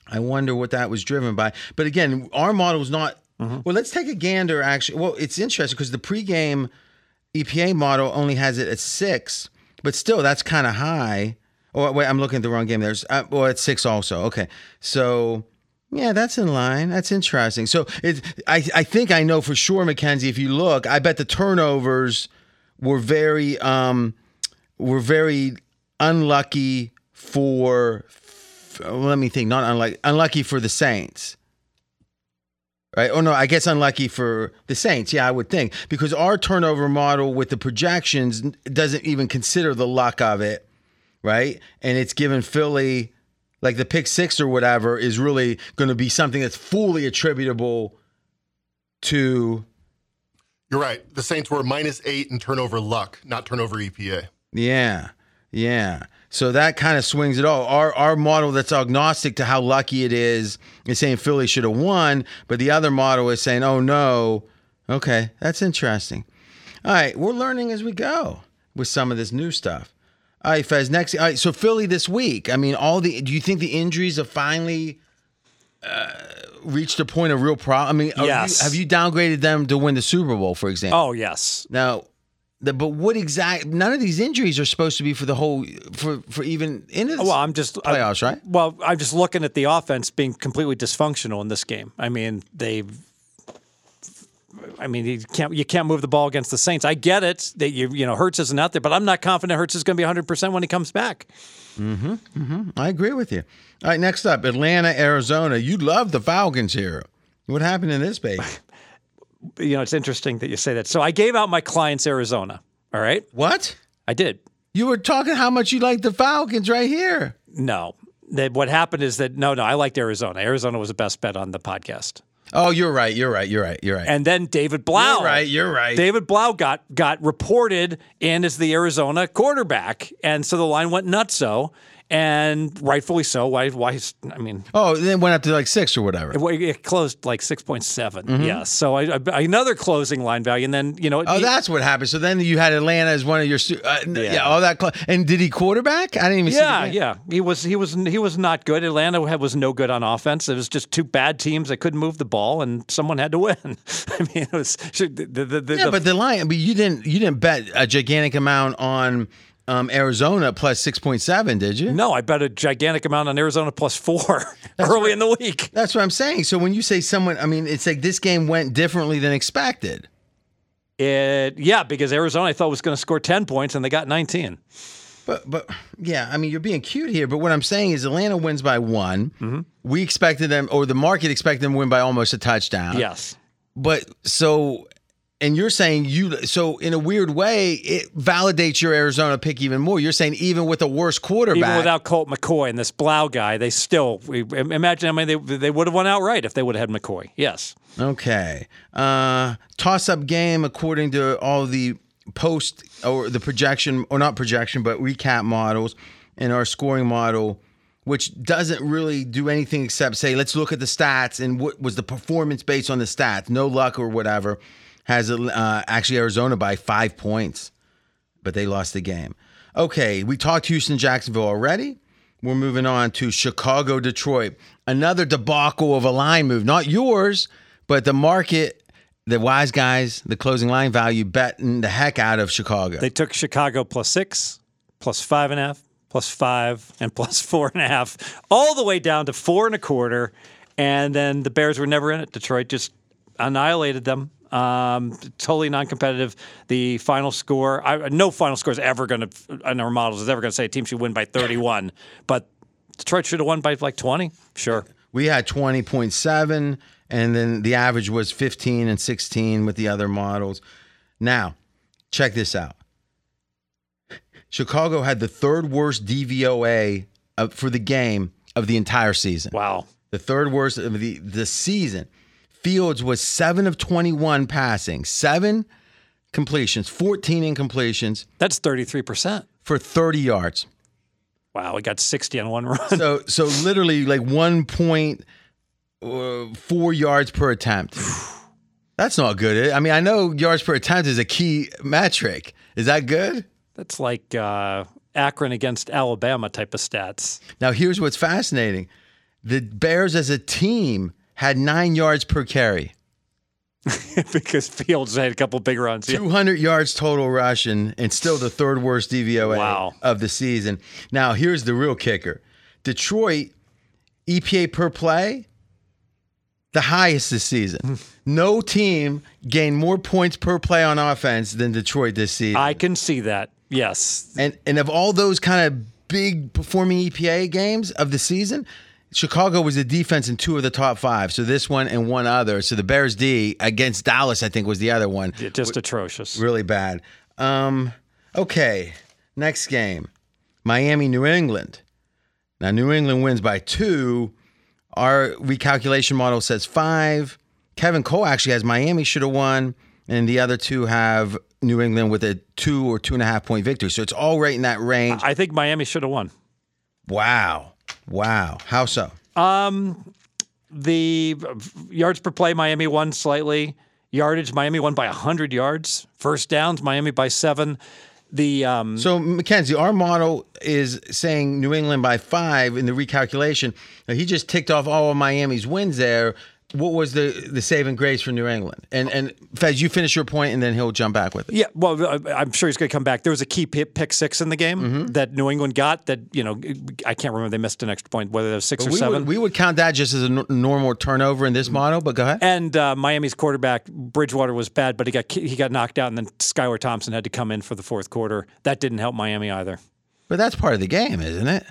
A: I wonder what that was driven by. But again, our model is not. Well, let's take a gander. Actually, well, it's interesting because the pregame EPA model only has it at six, but still, that's kind of high. Oh wait, I'm looking at the wrong game. There's uh, well, it's six also. Okay, so yeah, that's in line. That's interesting. So it, I I think I know for sure, Mackenzie. If you look, I bet the turnovers were very um were very unlucky for. f- Let me think. Not unlucky. Unlucky for the Saints. Right? Oh no, I guess unlucky for the Saints. Yeah, I would think because our turnover model with the projections n- doesn't even consider the luck of it, right? And it's given Philly like the pick six or whatever is really going to be something that's fully attributable to
C: E You're right. The Saints were minus eight in turnover luck, not turnover EPA.
A: yeah. Yeah. So that kind of swings it all. Our our model that's agnostic to how lucky it is is saying Philly should have won, but the other model is saying, oh no. Okay, that's interesting. All right, we're learning as we go with some of this new stuff. All right, Fez. Next, all right. So Philly this week. I mean, all the. Do you think the injuries have finally uh, reached a point of real problem? I mean, are you-
B: Yes.
A: have you downgraded them to win the Super Bowl, for example?
B: Oh yes,
A: Now, the, but what exact? None of these injuries are supposed to be for the whole for for even into the
B: Oh, Well, I'm just I-
A: playoffs, right?
B: well, I'm just looking at the offense being completely dysfunctional in this game. I mean, they. I mean, you can't you can't move the ball against the Saints. I get it that you you know Hertz isn't out there, but I'm not confident Hertz is going to be 100 percent when he comes back.
A: I agree with you. All right, next up, Atlanta, Arizona. You love the Falcons here. What happened in this baby?
B: You know, it's interesting that you say that. So I gave out my clients Arizona. All right,
A: What?
B: I did.
A: You were talking how much you like the Falcons right here.
B: No, that what happened is that no, no, I liked Arizona. Arizona was the best bet on the podcast.
A: Oh, you're right. You're right. You're right. You're right.
B: And then David Blau.
A: You're right, you're right.
B: David Blau got got reported in as the Arizona quarterback, and so the line went nuts. So, and rightfully so. Why? Why? I mean,
A: oh, then it went up to like six or whatever.
B: it- it closed like six point seven. Yeah. So I, I- another closing line value, and then you know.
A: Mm-hmm. Oh,
B: it-
A: that's what happened. So then you had Atlanta as one of your, su- uh, yeah. yeah, all that. Cl- and did he quarterback? I didn't even see. the
B: Yeah,
A: game.
B: yeah. He was he was he was not good. Atlanta had- was no good on offense. It was just two bad teams that couldn't move the ball, and someone had to win. I mean, it was should- the the, the,
A: Yeah,
B: the
A: but the lion. But you didn't. You didn't bet a gigantic amount on um, Arizona plus six point seven, did you?
B: no. I bet a gigantic amount on Arizona plus four early in the week.
A: That's what I'm saying. So when you say someone, I mean, it's like this game went differently than expected.
B: It yeah, because Arizona I thought was going to score ten points and they got nineteen.
A: But but yeah, I mean, you're being cute here. But what I'm saying is Atlanta wins by one.
B: Mm-hmm.
A: We expected them, or the market expected them to win by almost a touchdown.
B: Yes,
A: But so. And you're saying you so in a weird way it validates your Arizona pick even more. You're saying even with a worse quarterback,
B: even without Colt McCoy and this Blau guy, they still we, imagine. I mean, they they would have won outright if they would have had McCoy. Yes,
A: Okay. Uh, toss up game according to all the post or the projection or not projection but recap models and our scoring model which doesn't really do anything except say let's look at the stats and what was the performance based on the stats no luck or whatever has uh, actually Arizona by 5 points but they lost the game okay we talked Houston Jacksonville already we're moving on to Chicago, Detroit. Another debacle of a line move. Not yours, but the market, the wise guys, the closing line value betting the heck out of Chicago.
B: they took Chicago plus six, plus five and a half, plus five, and plus four and a half, all the way down to four and a quarter, and then the Bears were never in it. Detroit just annihilated them. Um, totally non-competitive. The final score, I, no final score is ever going to in our models is ever going to say a team should win by 31, but Detroit should have won by like 20. Sure.
A: we had 20.7, and then the average was 15 and 16 with the other models. Now, check this out Chicago had the third worst DVOA of, for the game of the entire season.
B: Wow.
A: the third worst of the, the season. Fields was seven of 21 passing, seven completions, 14 incompletions
B: That's 33%.
A: for 30 yards.
B: Wow, we got 60 on one run.
A: So, so literally like 1.4 yards per attempt. That's not good. eh? I mean, I know yards per attempt is a key metric. Is that good?
B: That's like uh, Akron against Alabama type of stats.
A: Now, here's what's fascinating the Bears as a team had nine yards per carry.
B: because Fields had a couple big runs. Yeah.
A: 200 yards total rushing and still the third worst DVOA
B: Wow.
A: of the season. Now, here's the real kicker Detroit, EPA per play, the highest this
B: Hmm.
A: season. no team gained more points per play on offense than Detroit this season.
B: I can see that. Yes.
A: and, and of all those kind of big performing EPA games of the season, Chicago was the defense in two of the top five. So this one and one other. So the Bears D against Dallas, I think, was the other one
B: Yeah, Just atrocious.
A: really bad. Um, okay, next game, Miami, New England. Now New England wins by two. Our recalculation model says five. Kevin Cole actually has Miami should have won. and the other two have New England with a two or two and a half point victory. So it's all right in that range.
B: I think Miami should have won.
A: Wow. Wow. How so?
B: The uh, yards per play, Miami won slightly. Yardage, Miami won by 100 yards. First downs, Miami by seven. The um,
A: So, Mackenzie, our model is saying New England by five in the recalculation. Now, he just ticked off all of Miami's wins there. What was the, the saving grace for New England? And and Fez, you finish your point, and then he'll jump back with it.
B: Yeah, well, I- I'm sure he's going to come back. There was a key pi- pick six in the game
A: Mm-hmm.
B: that New England got. That you know, I can't remember they missed an extra point, whether it was six or
A: We
B: seven.
A: would, we would count that just as a n- normal turnover in this model. But go ahead.
B: and uh, Miami's quarterback Bridgewater was bad, but he got ki- he got knocked out, and then Skylar Thompson had to come in for the fourth quarter. That didn't help Miami either.
A: But that's part of the game, isn't it?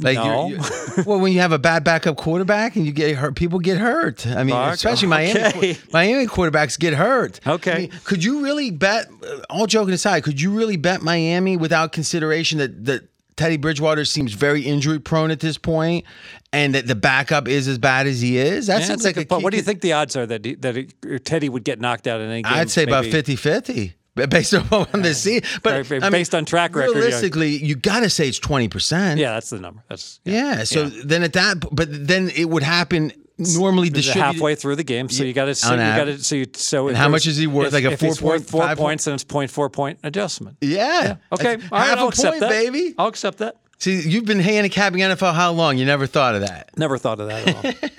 A: Like you're-
B: No.
A: you're- well, when you have a bad backup quarterback and you get hurt, people get hurt. I mean,
B: Fuck,
A: especially Miami.
B: okay.
A: Miami quarterbacks get hurt.
B: Okay.
A: I mean, could you really bet? All joking aside, could you really bet Miami without consideration that that Teddy Bridgewater seems very injury prone at this point, and that the backup is as bad as he is? That
B: Yeah,
A: seems
B: that's a
A: like a
B: good point.
A: key
B: What do you
A: con-
B: think the odds are that he, that he- Teddy would get knocked out in any game?
A: I'd say about
B: maybe?
A: 50-50 b- based on what I'm seeing. But
B: Right,
A: I mean,
B: based on track record, yeah.
A: realistically, you got to say it's twenty percent.
B: Yeah, that's the number. That's yeah.
A: Yeah. So then at that, but then it would happen normally.
B: It's
A: Distributed.
B: halfway through the game, so you got to so you got to
A: average.
B: so you, so
A: And
B: if
A: how much
B: there's-
A: is he worth?
B: if-
A: Like a
B: if he's
A: four
B: worth
A: point-
B: four
A: five point-
B: points, then it's point four point adjustment.
A: Yeah.
B: Okay,
A: That's
B: all right,
A: half
B: I'll
A: a
B: accept
A: point,
B: that.
A: baby.
B: I'll accept that.
A: See, you've been handicapping NFL how long? You never thought of that.
B: Never thought of that at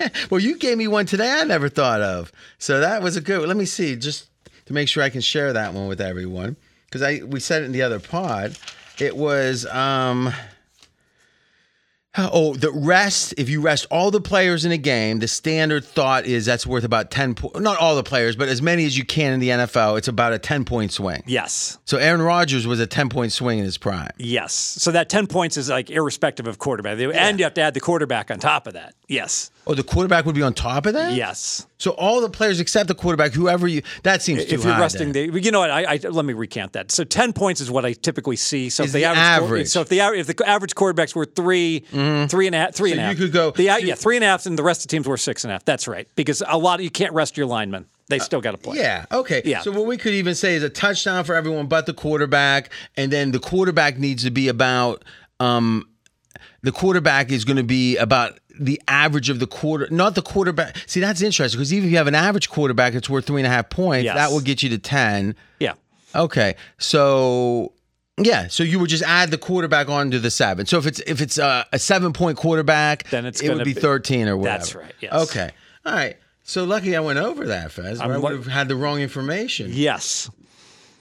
B: all.
A: Well, you gave me one today I never thought of. So that was a good. Let me see, just to make sure I can share that one with everyone because I we said it in the other pod. It was um. Oh, the rest. If you rest all the players in a game, the standard thought is that's worth about ten. Po- not all the players, but as many as you can in the NFL. It's about a ten point swing.
B: yes.
A: So Aaron Rodgers was a ten point swing in his prime.
B: Yes. So that 10 points is like irrespective of quarterback. And you have to add the quarterback on top of that. Yes.
A: Oh, the quarterback would be on top of that.
B: Yes.
A: So all the players except the quarterback, whoever you that seems too
B: if you're
A: high
B: resting
A: then.
B: the, you know what? I, I let me recant that. So ten points is what I typically see. So
A: Is
B: if the,
A: the
B: average, quar-
A: average. Mm-hmm.
B: so if the aver- if the average quarterbacks were three, three and a half, three
A: So
B: and a
A: you
B: half.
A: could go-
B: The, yeah, three and a half, and the rest of the teams were six and a half. That's right, because a lot you can't rest your linemen; they still got to play.
A: Uh, Yeah. Okay.
B: Yeah.
A: So what we could even say is a touchdown for everyone but the quarterback, and then the quarterback needs to be about um the quarterback is going to be about the average of the quarter, not the quarterback. See, that's interesting because even if you have an average quarterback, it's worth three and a half points.
B: Yes.
A: That will get you to ten.
B: yeah.
A: Okay. So yeah, so you would just add the quarterback onto the seven. So if it's if it's a, a seven point quarterback,
B: Then it's
A: it would
B: gonna
A: be
B: be-
A: thirteen or whatever.
B: That's right, yes.
A: Okay. All right. So lucky I went over that, Fez. or I
B: lo-
A: would have had the wrong information.
B: Yes.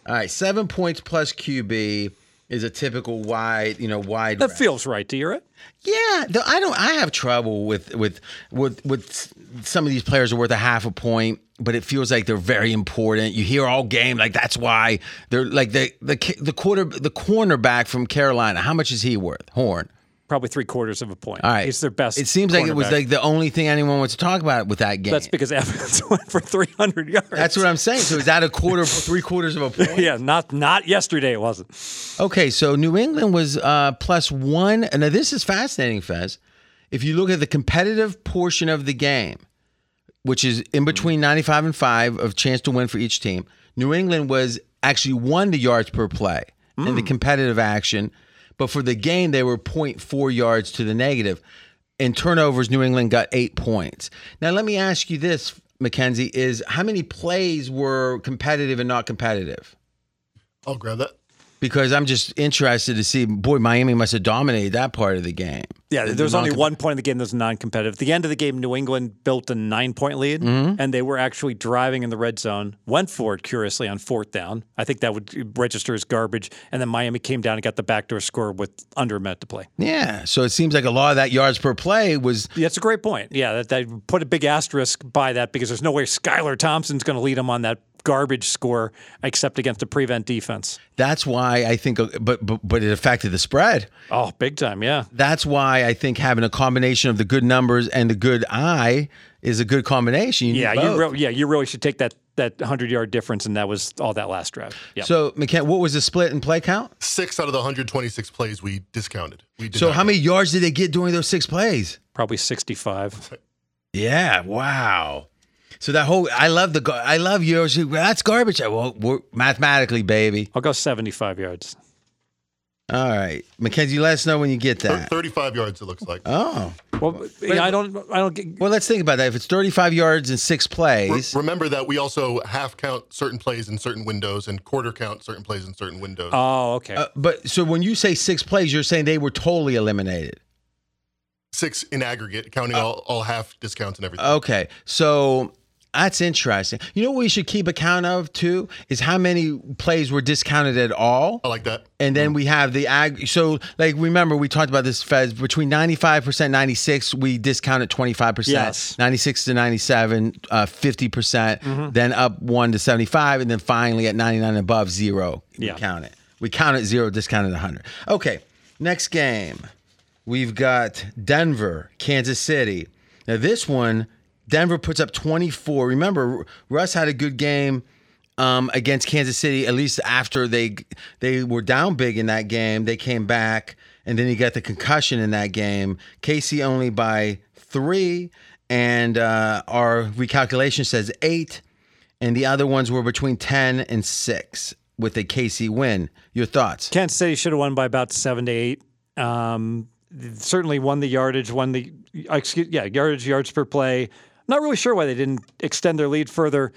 A: All right, seven points plus QB is a typical wide, you know, wide.
B: That
A: range.
B: feels right to you, right?
A: Yeah, though I don't. I have trouble with with with with s- some of these players are worth a half a point, but it feels like they're very important. You hear all game like that's why they're like the the ki- the quarter the cornerback from Carolina. How much is he worth? Horn.
B: Probably three quarters of a point.
A: All right,
B: It's their best.
A: It seems like it was
B: cornerback.
A: like the only thing anyone wants to talk about with that game.
B: that's because Evans went for three hundred yards.
A: That's what I'm saying. So is that a quarter, three quarters of a point?
B: yeah, not not yesterday. It wasn't.
A: Okay, so New England was uh, plus one. and Now, this is fascinating, Fez. If you look at the competitive portion of the game, which is in between 95 and 5 of chance to win for each team, New England was actually won the yards per play in the competitive action. But for the game, they were 0.4 yards to the negative. In turnovers, New England got eight points. Now, let me ask you this, Mackenzie, is how many plays were competitive and not competitive?
C: I'll grab that.
A: because I'm just interested to see. Boy, Miami must have dominated that part of the game.
B: Yeah,
A: The-
B: there
A: the
B: was only
A: non-com-
B: one point in the game that was non-competitive. At the end of the game, New England built a nine-point lead, and they were actually driving in the red zone. Went for it curiously on fourth down. I think that would register as garbage, and then Miami came down and got the backdoor score with under a minute to play.
A: Yeah, so it seems like a lot of that yards per play was.
B: Yeah, That's a great point. Yeah, that, that put a big asterisk by that because there's no way Skylar Thompson's going to lead them on that garbage score except against the prevent defense.
A: That's why I think, uh, but but, but it affected the spread.
B: Oh, big time. Yeah.
A: That's why I think having a combination of the good numbers and the good eye is a good combination. You need
B: Yeah, you
A: both.
B: re- yeah, you really should take that that 100-yard difference and that was all that last drive. Yeah.
A: So, McCann, what was the split in play count?
C: Six out of the 126 plays we discounted. We did
A: So,
C: not
A: how
C: get-
A: many yards did they get during those six plays?
B: Probably 65.
A: Yeah, wow. So that whole I love the gar- I love yours. That's garbage. Well, we're, mathematically, baby.
B: I'll go 75 yards.
A: All right, Mackenzie, let us know when you get
C: Thir-
A: that.
C: 35 yards, it looks like.
A: Oh,
B: Well, yeah, I don't. I don't get.
A: well, let's think about that. If it's 35 yards in six
C: Re-
A: plays,
C: remember that we also half count certain plays in certain windows and quarter count certain plays in certain windows.
B: Oh, okay.
A: uh, but so when you say six plays, you're saying they were totally eliminated.
C: Six in aggregate, counting
A: uh,
C: all, all half discounts and everything.
A: Okay, so that's interesting. You know what we should keep account of too is how many plays were discounted at all.
C: I like that.
A: And
B: Mm.
A: then we have the ag. So, like, remember we talked about this, Fez. Between ninety five percent, ninety six, we discounted twenty five
B: Yes. Mm-hmm.
A: percent. Ninety six to ninety seven, fifty percent. Then up one to seventy five, and then finally at ninety nine and above, zero.
B: Yeah.
A: We count it. We counted zero, discounted hundred. Okay, next game, we've got Denver, Kansas City. Now this one, Denver puts up twenty four. Remember, Russ had a good game um, against Kansas City. At least after they they were down big in that game, they came back, and then he got the concussion in that game. Casey only by three, and uh, our recalculation says eight, and the other ones were between ten and six with a Casey win. Your thoughts?
B: Kansas City should have won by about seven to eight. Um, certainly won the yardage, won the uh, excuse, yeah yardage, yards per play. Not really sure why they didn't extend their lead further.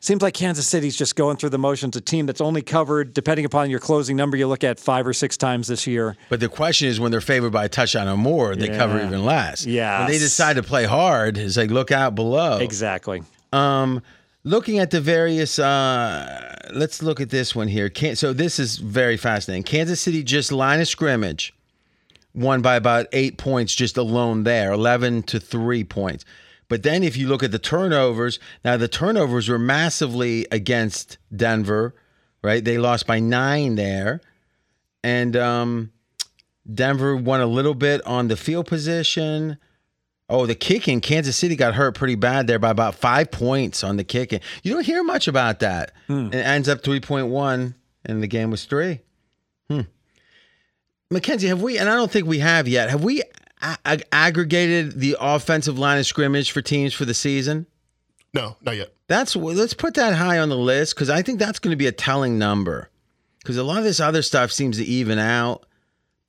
B: Seems like Kansas City's just going through the motions. A team that's only covered, depending upon your closing number, you look at five or six times this year.
A: But the question is, when they're favored by a touchdown or more, they cover
B: Yeah.
A: even less. When they
B: Yes.
A: decide to play hard, it's like look out below.
B: Exactly.
A: Um, looking at the various, uh, let's look at this one here. Can- so this is very fascinating. Kansas City just line of scrimmage, won by about eight points just alone there, eleven to three points. But then if you look at the turnovers, now the turnovers were massively against Denver, right? They lost by nine there, and um, Denver won a little bit on the field position. Oh, the kicking. Kansas City got hurt pretty bad there by about five points on the kicking. You don't hear much about that. It ends up 3.1, and the game was three. Hmm. Mackenzie, have we, and I don't think we have yet, have we a- ag- aggregated the offensive line of scrimmage for teams for the season?
C: No, not yet.
A: That's let's put that high on the list because I think that's going to be a telling number. Because a lot of this other stuff seems to even out.
C: I,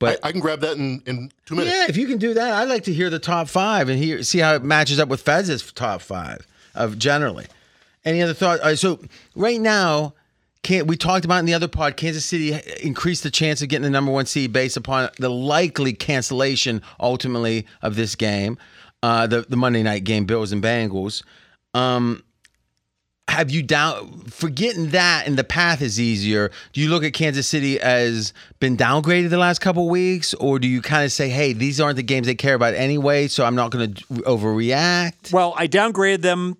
A: But
C: I can grab that in, in two minutes.
A: yeah, if you can do that, I'd like to hear the top five and hear see how it matches up with Fez's top five of generally. Any other thought? Uh, so right now, can we talked about in the other pod, Kansas City increased the chance of getting the number one seed based upon the likely cancellation ultimately of this game, uh, the the Monday night game, Bills and Bengals. Um, have you down forgetting that and the path is easier do you look at kansas city as been downgraded the last couple weeks or do you kind of say hey these aren't the games they care about anyway so i'm not going to overreact
B: Well, I downgraded them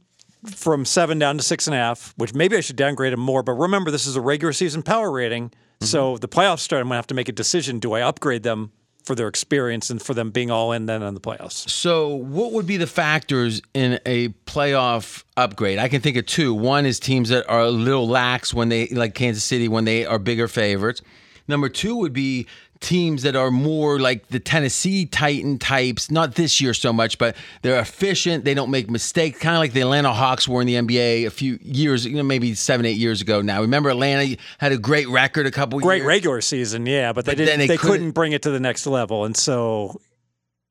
B: from seven down to six and a half, which maybe I should downgrade them more. But remember, this is a regular season power rating.
A: Mm-hmm.
B: So the playoffs start. I'm going to have to make a decision. Do I upgrade them for their experience and for them being all in then on the playoffs?
A: so what would be the factors in a playoff upgrade i can think of two one is teams that are a little lax when they like kansas city when they are bigger favorites number two would be teams that are more like the tennessee titan types not this year so much but they're efficient they don't make mistakes kind of like the atlanta hawks were in the nba a few years you know maybe seven eight years ago now remember atlanta had a great record a couple
B: Great
A: years
B: regular season, yeah, but they
A: But then
B: didn't.
A: they
B: They, couldn't,
A: couldn't-
B: bring it to the next level, and so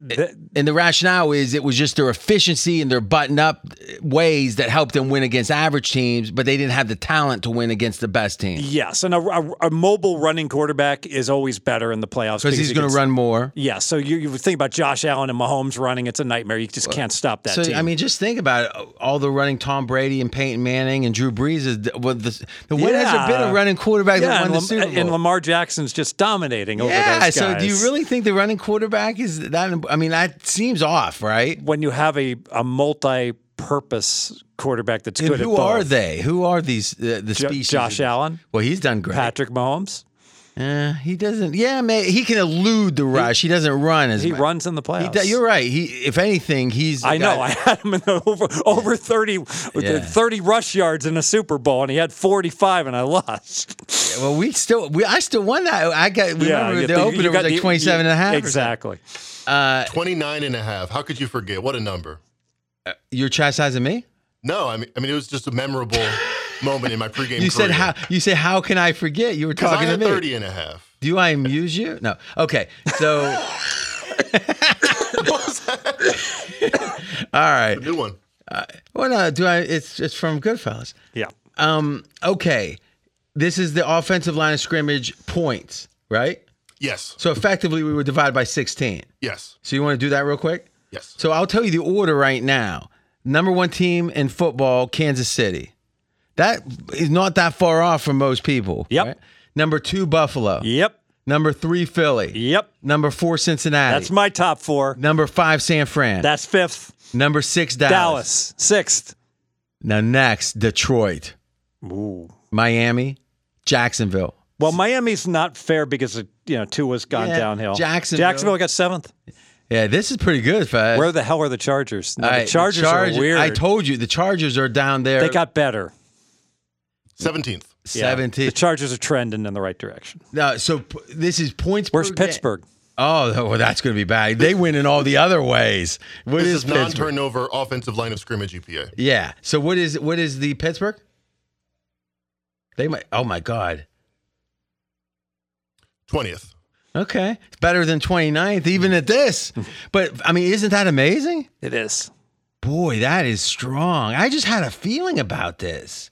B: th-
A: and the rationale is it was just their efficiency and their button up ways that helped them win against average teams, but they didn't have the talent to win against the best team
B: yes, and a, a, a mobile running quarterback is always better in the playoffs
A: because he's
B: he
A: going
B: gets-
A: to run more.
B: Yeah, so you, you think about Josh Allen and Mahomes running; it's a nightmare. You just can't stop that
A: So
B: team.
A: I mean, just think about it. all the running Tom Brady and Peyton Manning and Drew Brees is well, the, the when has there been a
B: Yeah.
A: running quarterback that
B: yeah,
A: won
B: and,
A: the
B: Lam-
A: Super Bowl?
B: and Lamar Jackson's just dominating over those
A: yeah,
B: guys.
A: so do you really think the running quarterback is that? I mean, that seems off, right?
B: when you have a, a multi-purpose quarterback that's
A: And
B: good
A: who
B: at both?
A: are they? Who are these uh, the
B: Jo-
A: species?
B: Josh Allen,
A: Well, he's done great.
B: Patrick Mahomes.
A: Uh, he doesn't. Yeah, man, he can elude the rush. He, doesn't run as
B: He
A: much.
B: runs in the
A: He
B: playoffs.
A: do- you're right. He, if anything, he's. the
B: I know.
A: guy-
B: I had him in the over over 30, with
A: Yeah.
B: the 30 rush yards in a Super Bowl, and he had 45, and I lost.
A: well, we still. We, I still won that. I got. Remember
B: you
A: the
B: think- you
A: opener
B: got
A: was like
B: the-
A: 27 and a half. or
B: Exactly.
C: 29 and a half. How could you forget? What a number.
A: something. You're chastising me.
C: No, I mean, I mean, it was just a memorable moment in my pregame.
A: You said
C: career.
A: how? You said how can I forget? You were
C: 'Cause
A: talking
C: I
A: to
C: had
A: me.
C: 30 and a half.
A: Do I amuse you? No. Okay. So. All right.
C: New one.
A: Well, no, do I? It's it's from Goodfellas.
B: Yeah.
A: Um. Okay. This is the offensive line of scrimmage points, right?
C: Yes.
A: So effectively, we were divided by sixteen.
C: Yes.
A: So you want to do that real quick?
C: Yes.
A: So I'll tell you the order right now. Number one team in football, Kansas City. That is not that far off from most people.
B: Yep.
A: Number two, Buffalo.
B: Yep.
A: Number three, Philly.
B: Yep.
A: Number four, Cincinnati.
B: That's my top four.
A: Number five, San Fran.
B: That's fifth.
A: Number six, Dallas.
B: Dallas. Sixth.
A: Now next, Detroit,
B: Ooh.
A: Miami, Jacksonville.
B: Well, Miami's not fair because it, you know two has gone
A: Yeah,
B: downhill.
A: Jacksonville.
B: Jacksonville got seventh.
A: Yeah, this is pretty good. Fez.
B: Where the hell are the Chargers? No,
A: All right,
B: the Chargers
A: Charge-
B: are weird.
A: I told you the Chargers are down there.
B: they got better.
C: 17th.
B: Yeah.
A: seventeen.
B: The Chargers are trending in the right direction.
A: No, so p- this is points.
B: Where's
A: per game.
B: Pittsburgh?
A: Oh, well, that's going to be bad. They win in all the other ways. What
C: This
A: is
C: is non
A: Pittsburgh?
C: turnover offensive line of scrimmage E EPA.
A: Yeah. So what is what is the Pittsburgh? They might. Oh my God.
C: 20th.
A: Okay, it's better than 29th, even at this. But I mean, isn't that amazing?
B: It is.
A: Boy, that is strong. I just had a feeling about this.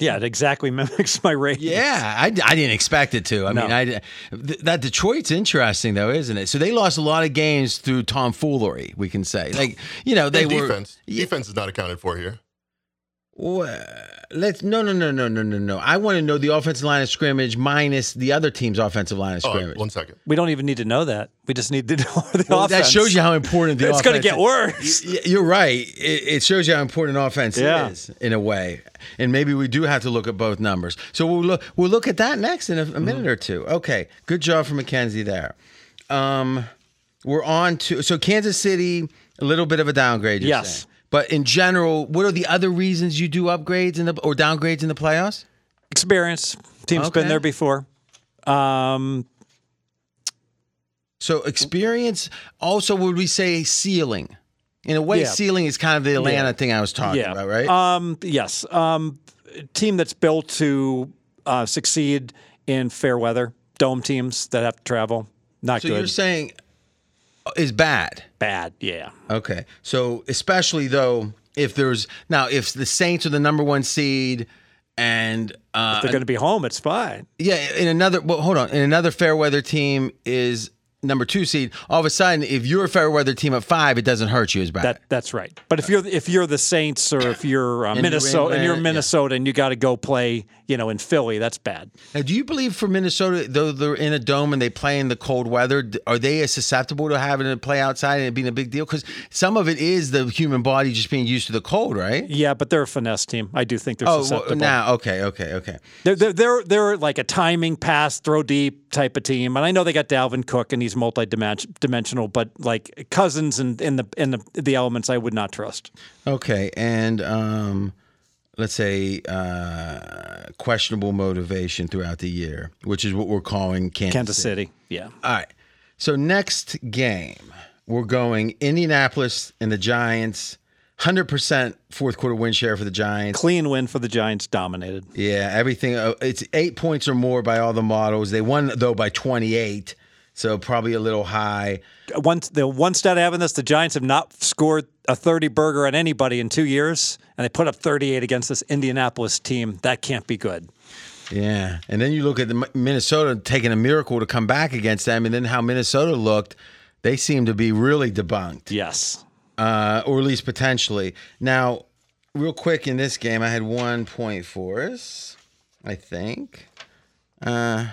B: Yeah, it exactly mimics my rating.
A: Yeah, I, I didn't expect it to. I
B: No.
A: mean, I, th- that Detroit's interesting though, isn't it? So they lost a lot of games through tomfoolery, we can say. Like, you know, they
C: And
A: were
C: defense.
A: Yeah.
C: Defense is not accounted for here.
A: Well, let's no no no no no no no. I want to know the offensive line of scrimmage minus the other team's offensive line of
C: Oh,
A: scrimmage.
C: one second.
B: We don't even need to know that. We just need to know the
A: Well,
B: offense.
A: that shows you how important the
B: it's going to
A: offense
B: get
A: is.
B: worse.
A: Y- You're right. It, it shows you how important offense
B: Yeah.
A: is in a way, and maybe we do have to look at both numbers. So we'll look. We'll look at that next in a, a
B: Mm.
A: minute or two. Okay. Good job for McKenzie there. Um, we're on to so Kansas City. A little bit of a downgrade. You're
B: Yes.
A: saying. But in general, what are the other reasons you do upgrades in the or downgrades in the playoffs?
B: Experience. Team's
A: Okay.
B: been there before. Um,
A: So
B: Mm-hmm.
A: experience also would we say ceiling? In a way,
B: Yeah.
A: ceiling is kind of the Atlanta thing I was talking
B: yeah.
A: about, right?
B: Um, yes. Um, team that's built to uh, succeed in fair weather. Dome teams that have to travel. Not
A: so
B: good.
A: you're saying uh, is bad.
B: Bad. Yeah.
A: Okay. So especially though, if there's now if the Saints are the number one seed and uh,
B: They're going to be home. It's fine.
A: yeah, in another well, hold on, in another fair weather team is number two seed. All of a sudden, if you're a fair weather team at five, it doesn't hurt you as bad.
B: That that's right. But if you're if you're the Saints or if you're uh,
A: New
B: Minnesota and you're
A: England, yeah.
B: Minnesota and you got to go play, you know, in Philly, that's bad.
A: Now, do you believe for Minnesota, though they're in a dome and they play in the cold weather, d- are they as susceptible to having to play outside and it being a big deal? Because some of it is the human body just being used to the cold, right?
B: Yeah, but they're a finesse team. I do think they're
A: Oh, well,
B: susceptible.
A: now, okay, okay, okay.
B: They're, they're they're they're like a timing pass, throw deep type of team. And I know they got Dalvin Cook and he's multi-dimensional, but like Cousins and in the in the the elements, I would not trust.
A: Okay, and um, let's say uh, questionable motivation throughout the year, which is what we're calling Kansas.
B: Kansas City. Yeah.
A: All right. So next game, we're going Indianapolis and the Giants. Hundred percent fourth quarter win share for the Giants.
B: Clean win for the Giants. Dominated.
A: Yeah, everything. uh, It's eight points or more by all the models. They won though by twenty eight, so probably a little high.
B: One the one stat I have in this: the Giants have not scored a thirty burger on anybody in two years, and they put up thirty eight against this Indianapolis team. That can't be good.
A: Yeah, and then you look at the Mi- Minnesota taking a miracle to come back against them, and then how Minnesota looked. They seem to be really debunked,
B: Yes.
A: uh, or at least potentially. Now, real quick in this game, I had one point for us, I think. Uh,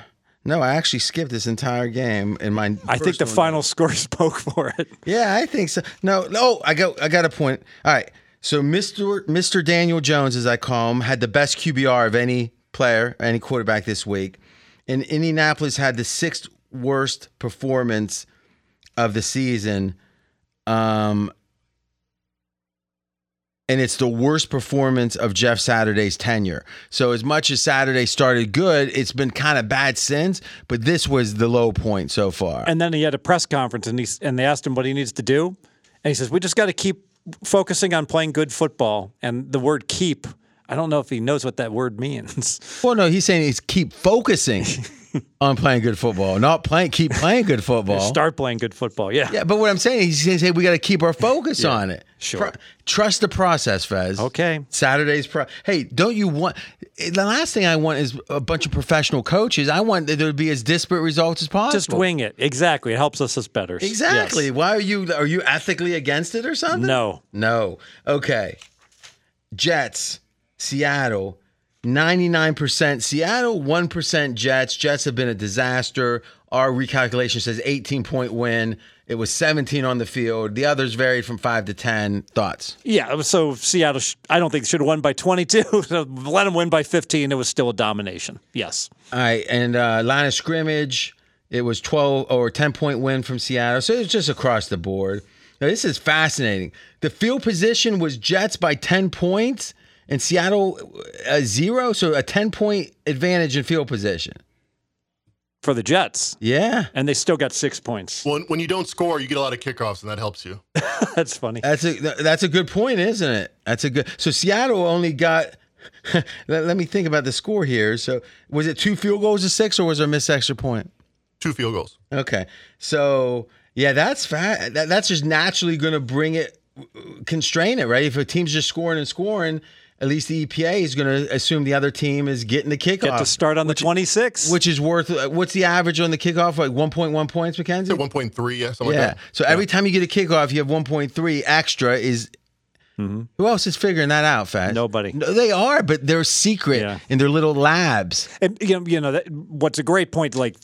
A: no, I actually skipped this entire game in my.
B: I think the
A: personal
B: final score spoke for it.
A: Yeah, I think so. No, no, I got I got a point. All right. So Mr. Mr. Daniel Jones, as I call him, had the best QBR of any player, any quarterback this week. And Indianapolis had the sixth worst performance of the season. Um and it's the worst performance of Jeff Saturday's tenure. So as much as Saturday started good, it's been kind of bad since, but this was the low point so far.
B: And then he had a press conference, and he s- and they asked him what he needs to do, and he says, "We just got to keep focusing on playing good football and the word keep. I don't know if he knows what that word means.
A: Well, no, he's saying he's keep focusing on playing good football, not playing keep playing good football.
B: Start playing good football. Yeah.
A: Yeah, but what I'm saying is, he's saying we got to keep our focus on it.
B: sure.
A: trust the process, Fez.
B: Okay.
A: Saturday's pro. Hey, don't you want? The last thing I want is a bunch of professional coaches. I want there to be as disparate results as possible.
B: Just wing it. Exactly. It helps us as betters. Yes.
A: Exactly. Why are you? Are you ethically against it or something?
B: No.
A: No. Okay. Jets, Seattle, 99% Seattle, 1% Jets. Jets have been a disaster. Our recalculation says 18 point win. It was 17 on the field. The others varied from 5 to 10. Thoughts?
B: Yeah, so Seattle, sh- I don't think should have won by 22. So Let them win by 15. It was still a domination. Yes.
A: All right. And uh, line of scrimmage, it was 12 or 10 point win from Seattle. So it's just across the board. Now, this is fascinating. The field position was Jets by 10 points and Seattle uh zero. So a 10 point advantage in field position.
B: For the Jets.
A: Yeah.
B: And they still got six points.
C: When, when you don't score, you get a lot of kickoffs, and that helps you.
B: That's funny.
A: That's a that's a good point, isn't it? That's a good. So Seattle only got. let, let me think about the score here. So was it two field goals to six, or was there a missed extra point?
C: Two field goals.
A: Okay, so yeah, that's fat. That, that's just naturally going to bring it, constrain it, right? If a team's just scoring and scoring, at least the EPA is going to assume the other team is getting the kickoff,
B: Get to start on the 26.
A: uh, which is worth. uh, What's the average on the kickoff? Like one point one points, Mackenzie.
C: One point three, yeah, something
A: Yeah.
C: like that.
A: So every time you get a kickoff, you have 1.3 extra. Is who else is figuring that out, Fast?
B: Mm-hmm. Nobody.
A: No, they are, but they're secret
B: Yeah.
A: in their little labs.
B: and, you know, you know that, what's a great point, like,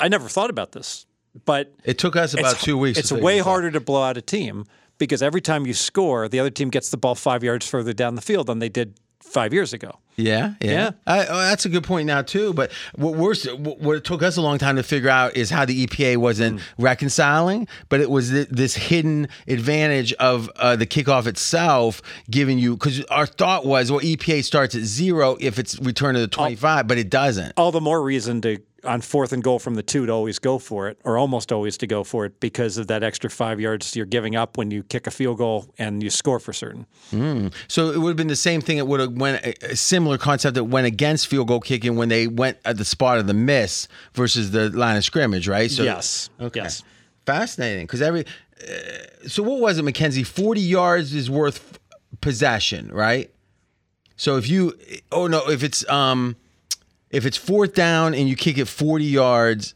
B: I never thought about this, but
A: It took us about
B: it's-
A: two weeks. to
B: It's
A: figure
B: way
A: this out.
B: harder to blow out a team because every time you score, the other team gets the ball five yards further down the field than they did five years ago.
A: Yeah, yeah.
B: Yeah.
A: I, oh, that's a good point now too. But what we're what what it took us a long time to figure out is how the EPA
B: Mm.
A: wasn't reconciling, but it was th- this hidden advantage of uh, the kickoff itself giving you because our thought was well EPA starts at zero if it's returned to the
B: Oh.
A: twenty five, but it doesn't.
B: All the more reason to on fourth and goal from the two to always go for it, or almost always to go for it, because of that extra five yards you're giving up when you kick a field goal and you score for certain.
A: So it would have been the same thing. It would have went a, a similar concept that went against field goal kicking when they went at the spot of the miss versus the line of scrimmage, right? So
B: yes. Yes.
A: fascinating because every. Uh, so what was it, Mackenzie? Forty yards is worth possession, right? So if you, oh no, if it's um, if it's fourth down and you kick it forty yards,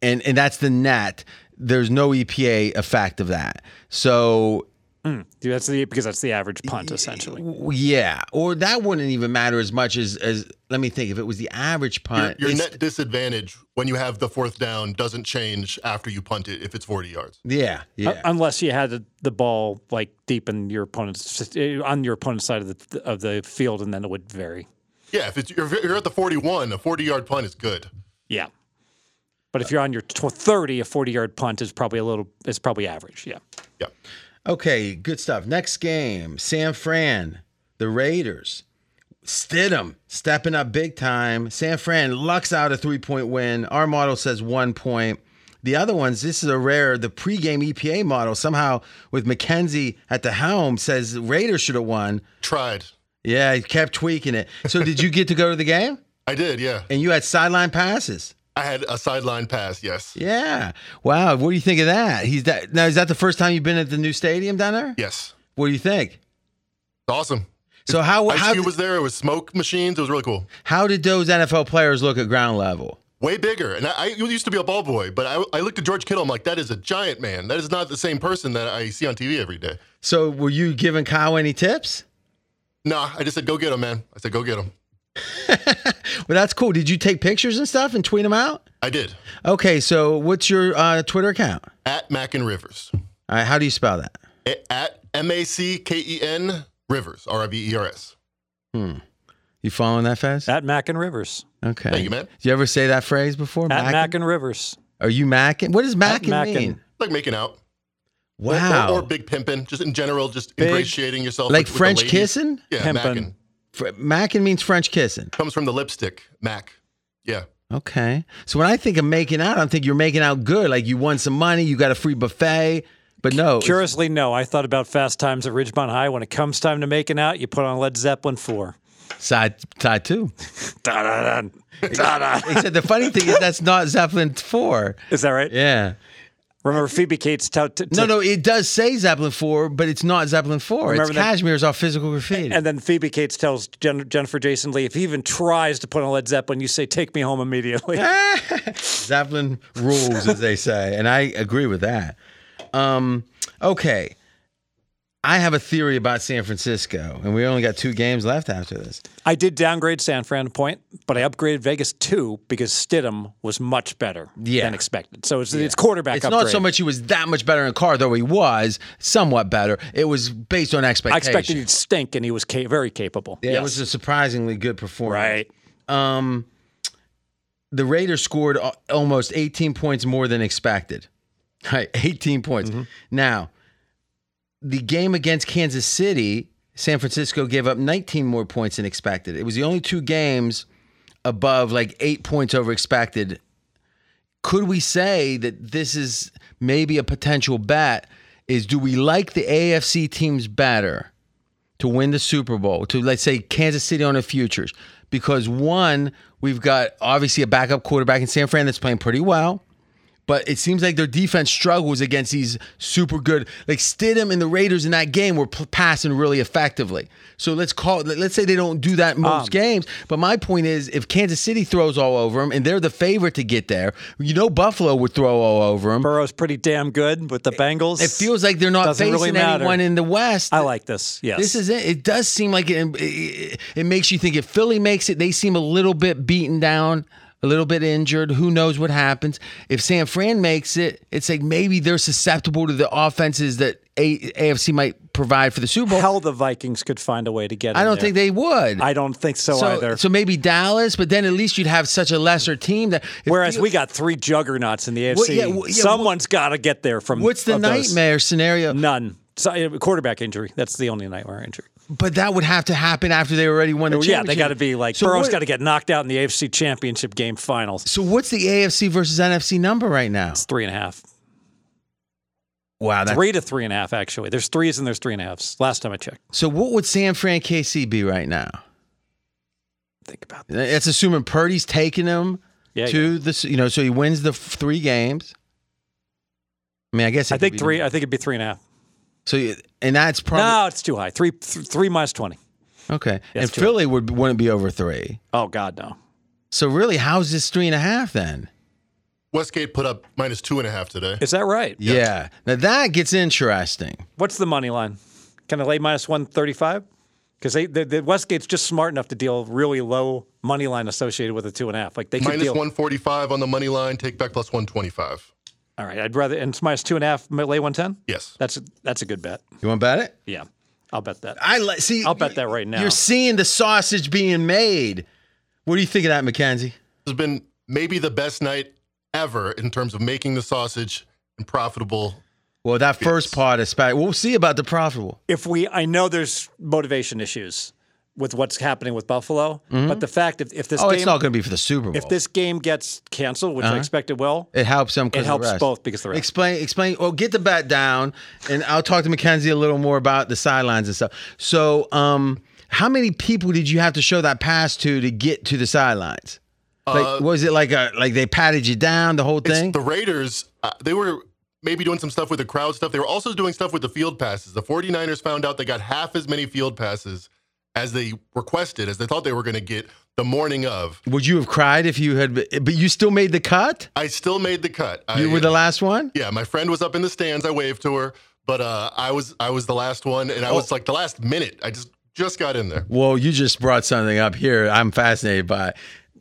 A: and and that's the net. There's no EPA effect of that. So
B: That's the because that's the average punt essentially.
A: W- Yeah, or that wouldn't even matter as much as as let me think. If it was the average
C: Your,
A: punt,
C: your
A: it's-
C: net disadvantage when you have the fourth down doesn't change after you punt it if it's 40 yards.
A: yeah, yeah,
B: Uh, Unless you had the- the ball like deep in your opponent's on your opponent's side of the of the field, and then it would vary.
C: Yeah, if it's, you're, if you're at the 41, a 40 yard punt is good.
B: Yeah. But if you're on your tw- 30, a 40 yard punt is probably a little, it's probably average. Yeah.
C: Yeah.
A: Okay, good stuff. Next game, San Fran, the Raiders. Stidham stepping up big time. San Fran lucks out a three point win. Our model says one point. The other ones, this is a rare, the pregame EPA model somehow with McKenzie at the helm says Raiders should have won.
C: Tried.
A: Yeah, he kept tweaking it. So, did you get to go to the game?
C: I did, yeah.
A: And you had sideline passes.
C: I had a sideline pass, yes.
A: Yeah. Wow. What do you think of that? He's that now. Is that the first time you've been at the new stadium down there?
C: Yes.
A: What do you think?
C: It's awesome.
A: So how
C: Ice
A: how,
C: Cube was there. It was smoke machines. It was really cool.
A: how did those NFL players look at ground level?
C: Way bigger. And I, I used to be a ball boy, but I, I looked at George Kittle. I'm like, that is a giant man. That is not the same person that I see on TV every day.
A: So were you giving Kyle any tips?
C: Nah, I just said, go get him, man. I said, go get him.
A: Well, that's cool. Did you take pictures and stuff and tweet them out?
C: I did.
A: Okay. So what's your uh, Twitter account?
C: At Mackin Rivers.
A: All right, how do you spell that?
C: A- At M A C K E N Rivers. R I V E R S.
A: You following that fast?
B: At Mack and Rivers.
A: Okay.
C: Thank you, man.
A: Did you ever say that phrase before?
B: At
A: Mackin'?
B: Mack and Rivers.
A: Are you macking? What does macking
B: Mackin'.
A: mean?
C: Like making out. Or- or-
A: Wow.
C: Or, big pimping. Just in general, just ingratiating yourself.
A: like
C: with- with the
A: French
C: ladies.
A: kissing?
C: Yeah,
B: Pimpin'.
C: Mackin.
A: Fr- Macking means French kissing.
C: Comes from the lipstick, Mac. Yeah.
A: Okay. So when I think of making out, I'm thinking you're making out good. Like you won some money, you got a free buffet. But no, it's-
B: Curiously, no. I thought about Fast Times at Ridgemont High. When it comes time to making out, you put on Led Zeppelin 4.
A: side side two.
B: Da-da-da. Da-da.
A: Except the funny thing is that's not Zeppelin four.
B: Is that right?
A: Yeah.
B: Remember Phoebe Cates? T- t-
A: No, no, it does say Zeppelin four, but it's not Zeppelin four. It's
B: Remember that-
A: Cashmere's off physical graffiti.
B: And then Phoebe Cates tells Jen- Jennifer Jason Lee if he even tries to put on Led Zeppelin, you say, take me home immediately.
A: Zeppelin rules, as they say, and I agree with that. Um, okay, I have a theory about San Francisco, and we only got two games left after this.
B: I did downgrade San Fran a point, but I upgraded Vegas two because Stidham was much better
A: Yeah.
B: than expected. So it's, it's quarterback
A: It's
B: upgrade.
A: not so much he was that much better in car, though he was somewhat better. It was based on
B: I
A: expectation.
B: expected he'd stink, and he was ca- very capable.
A: Yeah,
B: Yes.
A: it was a surprisingly good performance.
B: right.
A: Um, the Raiders scored al- almost 18 points more than expected. Right, 18 points. Now, the game against Kansas City, San Francisco gave up 19 more points than expected. It was the only two games above like eight points over expected. Could we say that this is maybe a potential bet? Is do we like the AFC teams better? to win the Super Bowl to let's say Kansas City on the futures because one we've got obviously a backup quarterback in San Fran that's playing pretty well but it seems like their defense struggles against these super good like Stidham and the Raiders in that game were p- passing really effectively so let's call let- let's say they don't do that in most
B: Um.
A: games but my point is if Kansas City throws all over them and they're the favorite to get there you know Buffalo would throw all over them
B: Burrow's pretty damn good with the Bengals.
A: it feels like they're not
B: Doesn't
A: facing
B: really matter.
A: anyone in the West
B: I like this. Yes.
A: this is it. It does seem like it, it. It makes you think if Philly makes it, they seem a little bit beaten down, a little bit injured. Who knows what happens? If San Fran makes it, it's like maybe they're susceptible to the offenses that a- AFC might provide for the Super Bowl.
B: how the Vikings could find a way to get.
A: I don't think they would.
B: I don't think so,
A: so,
B: either.
A: so maybe Dallas, but then at least you'd have such a lesser team that. it
B: Whereas
A: feel-
B: we got three juggernauts in the AFC.
A: Well, yeah, well, yeah,
B: Someone's got to get there from.
A: what's the
B: of those.
A: nightmare scenario?
B: None. So, uh, quarterback injury. That's the only nightmare injury.
A: But that would have to happen after they already won the
B: yeah,
A: championship.
B: they got to be like
A: So
B: Burrow's
A: what-
B: got to get knocked out in the AFC Championship game finals.
A: So what's the AFC versus NFC number right now?
B: It's three and a half.
A: Wow, that's
B: Three to three and a half, actually. There's threes and there's three and a halves. Last time I checked.
A: So what would San Fran KC be right now?
B: Think about that.
A: That's assuming Purdy's taking him
B: Yeah,
A: to the you know, so he wins the f- three games. I mean, I guess it
B: I
A: could
B: think
A: be-
B: three. I think it'd be three and a half.
A: So you- and that's probably
B: No, it's too high. Three, th- three minus twenty.
A: okay. And
B: That's true.
A: Philly would wouldn't be over three.
B: Oh God, no.
A: So really, how's this three and a half then?
C: Westgate put up minus two and a half today.
B: Is that right?
A: Yeah. Now that gets interesting.
B: What's the money line? Can I lay minus one thirty-five? Because they, the, the Westgate's just smart enough to deal really low money line associated with a two and a half. Like they could
C: Minus
B: deal.
C: 145 on the money line, take back plus 125.
B: All right, I'd rather and it's minus two and a half. Lay one ten.
C: Yes.
B: That's a, that's a good bet.
A: You want to bet it?
B: Yeah, I'll bet that.
A: I li- see.
B: I'll bet that right now.
A: You're seeing the sausage being made. What do you think of that, Mackenzie?
C: This has been maybe the best night ever in terms of making the sausage and profitable.
A: Well, that first part, especially, we'll see about the profitable.
B: if we I know there's motivation issues with what's happening with Buffalo, but the fact if, if this
A: Mm-hmm. Oh,
B: game
A: it's not going to be for the Super Bowl.
B: if this game gets canceled, which I expect it will,
A: It helps them. 'cause
B: it
A: of
B: helps
A: rest.
B: both because the rest.
A: Explain, explain. Well, get the bet down, and I'll talk to Mackenzie a little more about the sidelines and stuff. So, um, how many people did you have to show that pass to to get to the sidelines? Like, was it like a like they patted you down Uh, the whole thing?
C: The Raiders, uh, they were maybe doing some stuff with the crowd stuff. They were also doing stuff with the field passes. The 49ers found out they got half as many field passes as they requested, as they thought they were going to get the morning of.
A: Would you have cried if you had? But you still made the cut.
C: I still made the cut. I,
A: You were the last one.
C: Yeah, my friend was up in the stands. I waved to her, but uh, I was I was the last one, and I
A: Oh.
C: was like the last minute. I just just got in there.
A: Well, you just brought something up here. I'm fascinated by. it.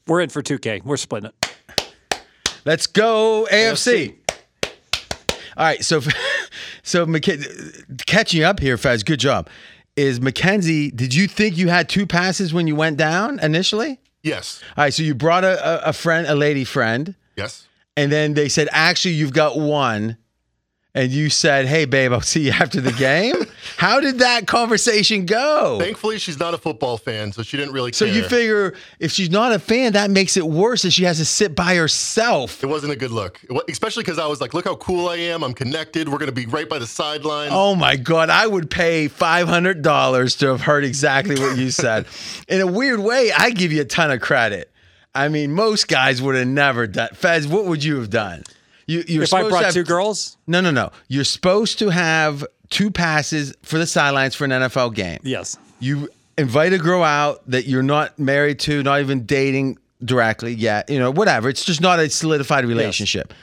B: We're in for two K. We're splitting it.
A: Let's go AFC. All right, so so McK- catching up here, Fez. Good job. Is Mackenzie? Did you think you had two passes when you went down initially?
C: Yes,
A: All right, so you brought a, a, a friend, a lady friend,
C: yes.
A: and then they said, actually, you've got one. and you said, "Hey, babe, I'll see you after the game." How did that conversation go?
C: Thankfully, she's not a football fan, so she didn't really
A: so
C: care.
A: you figure if she's not a fan, that makes it worse that she has to sit by herself.
C: it wasn't a good look, It wa- especially because I was like, "Look how cool I am! I'm connected. We're gonna be right by the sidelines."
A: Oh my God, I would pay $500 to have heard exactly what you said. In a weird way, I give you a ton of credit. I mean, most guys would have never done. Fez, what would you have done? You, you're
B: If I
A: supposed
B: brought
A: to have,
B: two girls,
A: No, no, no. You're supposed to have two passes for the sidelines for an NFL game.
B: yes.
A: You invite a girl out that you're not married to, not even dating directly yet, you know, whatever. It's just not a solidified relationship.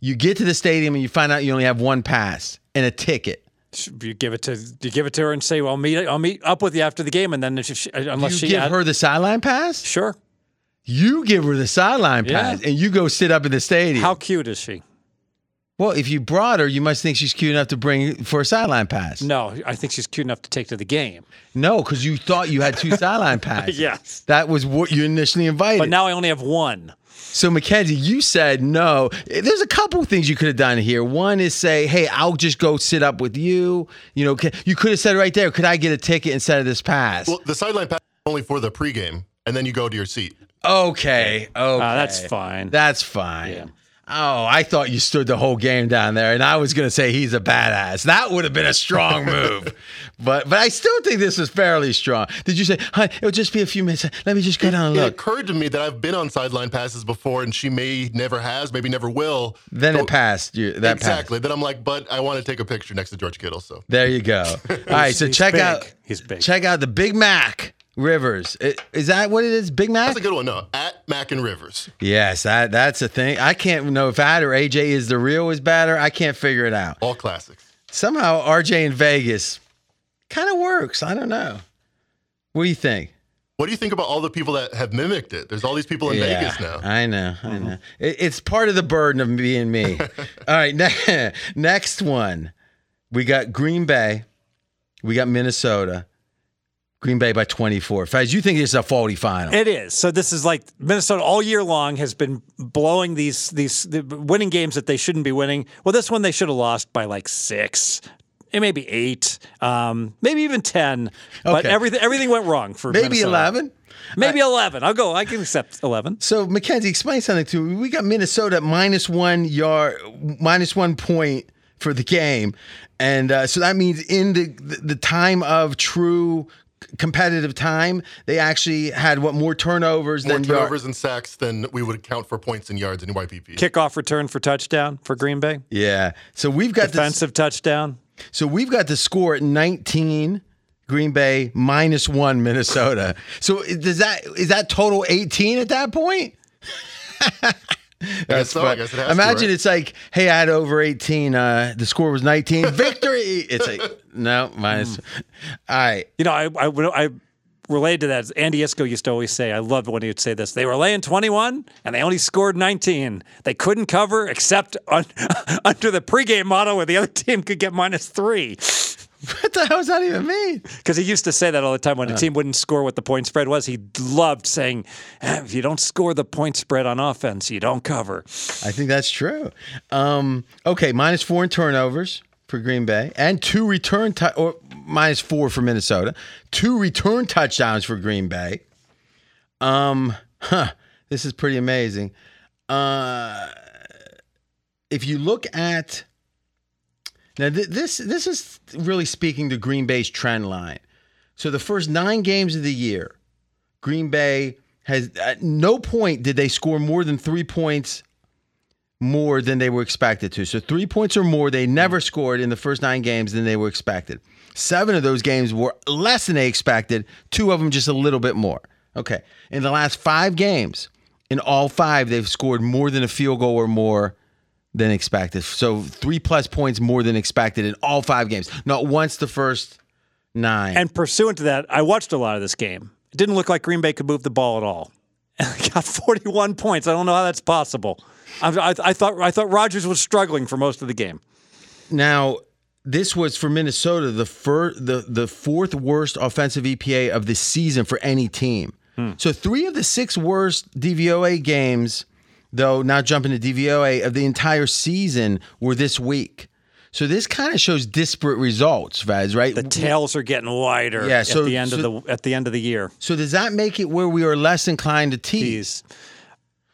A: You get to the stadium and you find out you only have one pass and a ticket.
B: You give it to you give it to her and say, "Well, I'll meet I'll meet up with you after the game," and then if she, uh, unless
A: You
B: she
A: give
B: had-
A: her the sideline pass?
B: sure.
A: You give her the sideline
B: Yeah.
A: pass and you go sit up in the stadium.
B: How cute is she?
A: well, if you brought her, you must think she's cute enough to bring for a sideline pass.
B: No, I think she's cute enough to take to the game.
A: No, because you thought you had two sideline passes.
B: Yes.
A: That was what you initially invited.
B: But now I only have one.
A: So Mackenzie, you said no. There's a couple things you could have done here. One is say, "Hey, I'll just go sit up with you." You know, ca- you could have said right there, "Could I get a ticket instead of this pass?"
C: Well, the sideline pass is only for the pregame, and then you go to your seat.
A: okay, okay,
B: Uh, that's fine.
A: That's fine. Oh, I thought you stood the whole game down there, and I was going to say he's a badass. That would have been a strong move, but but I still think this is fairly strong. Did you say, "Hi, it'll just be a few minutes. Let me just go down and
C: It
A: look."
C: occurred to me that I've been on sideline passes before, and she may never has, maybe never will.
A: Then
C: So-
A: it passed. You, that passed.
C: exactly. Then I'm like, but I want to take a picture next to George Kittle. So
A: There you go. All right, so
B: he's
A: check
B: big.
A: out
B: He's big.
A: Check out the Big Mac Rivers. I- Is that what it is? Big Mac?
C: that's a good one. No, at Mac and Rivers.
A: yes, that that's a thing. I can't know if that or AJ is the real is better. I can't figure it out.
C: All classics.
A: Somehow RJ in Vegas kind of works. I don't know. What do you think?
C: What do you think about all the people that have mimicked it? There's all these people in Vegas now.
A: I know. I
B: Mm-hmm.
A: know. It, it's part of the burden of being me. All right. Ne- next one. We got Green Bay. We got Minnesota. Green Bay by 24. Faz, you think it's a faulty final?
B: It is. So this is like Minnesota all year long has been blowing these these the- winning games that they shouldn't be winning. Well, this one they should have lost by like six. It may be eight, um, maybe even ten, but
A: Okay.
B: everything everything went wrong for
A: Maybe
B: Minnesota.
A: 11.
B: Maybe eleven. I'll go. I can accept eleven.
A: So Mackenzie, explain something to me. We got Minnesota at minus one yard, minus one point for the game, and uh, so that means in the the time of true competitive time, they actually had what more turnovers
C: More
A: than yard-
C: turnovers and sacks than we would count for points and yards in YPP.
B: Kickoff return for touchdown for Green Bay.
A: Yeah. So we've got the,
B: Defensive touchdown.
A: so we've got the score at nineteen. Green Bay minus one Minnesota. So does that is that total eighteen at that point?
C: I guess so. I
A: But
C: guess it has
A: imagine
C: to, right?
A: it's like, hey, I had over 18. Uh, the score was 19. Victory. It's like, no, minus.
C: Hmm.
A: All right.
B: You know, I I would I related to that. Andy Isco used to always say, I loved when he would say this. They were laying 21 and they only scored 19. They couldn't cover except on, under the pregame model where the other team could get minus three.
A: What the hell does that even mean?
B: Because he used to say that all the time when a team wouldn't score what the point spread was. He loved saying, "Eh, if you don't score the point spread on offense, you don't cover.
A: I think that's true. Um, okay, minus four in turnovers for Green Bay and two return, tou- or minus four for Minnesota, two return touchdowns for Green Bay. Um, huh, this is pretty amazing. Uh, if you look at now, th- this this is really speaking to Green Bay's trend line. So the first nine games of the year, Green Bay has at no point did they score more than three points more than they were expected to. So three points or more they never scored in the first nine games than they were expected. Seven of those games were less than they expected. Two of them just a little bit more. Okay, in the last five games, in all five they've scored more than a field goal or more than expected. So three plus points more than expected in all five games. Not once the first nine.
B: And pursuant to that, I watched a lot of this game. It didn't look like Green Bay could move the ball at all. And they got 41 points. I don't know how that's possible. I, I, I thought I thought Rodgers was struggling for most of the game.
A: Now, this was for Minnesota the fir- the the fourth worst offensive EPA of the season for any team.
B: Hmm.
A: So three of the six worst DVOA games, though now jumping to DVOA of the entire season, were this week. So this kind of shows disparate results, Vaz, right?
B: The tails are getting wider
A: Yeah, so-
B: at the end
A: so-
B: of the at the end of the year.
A: so does that make it where we are less inclined to tease?
B: These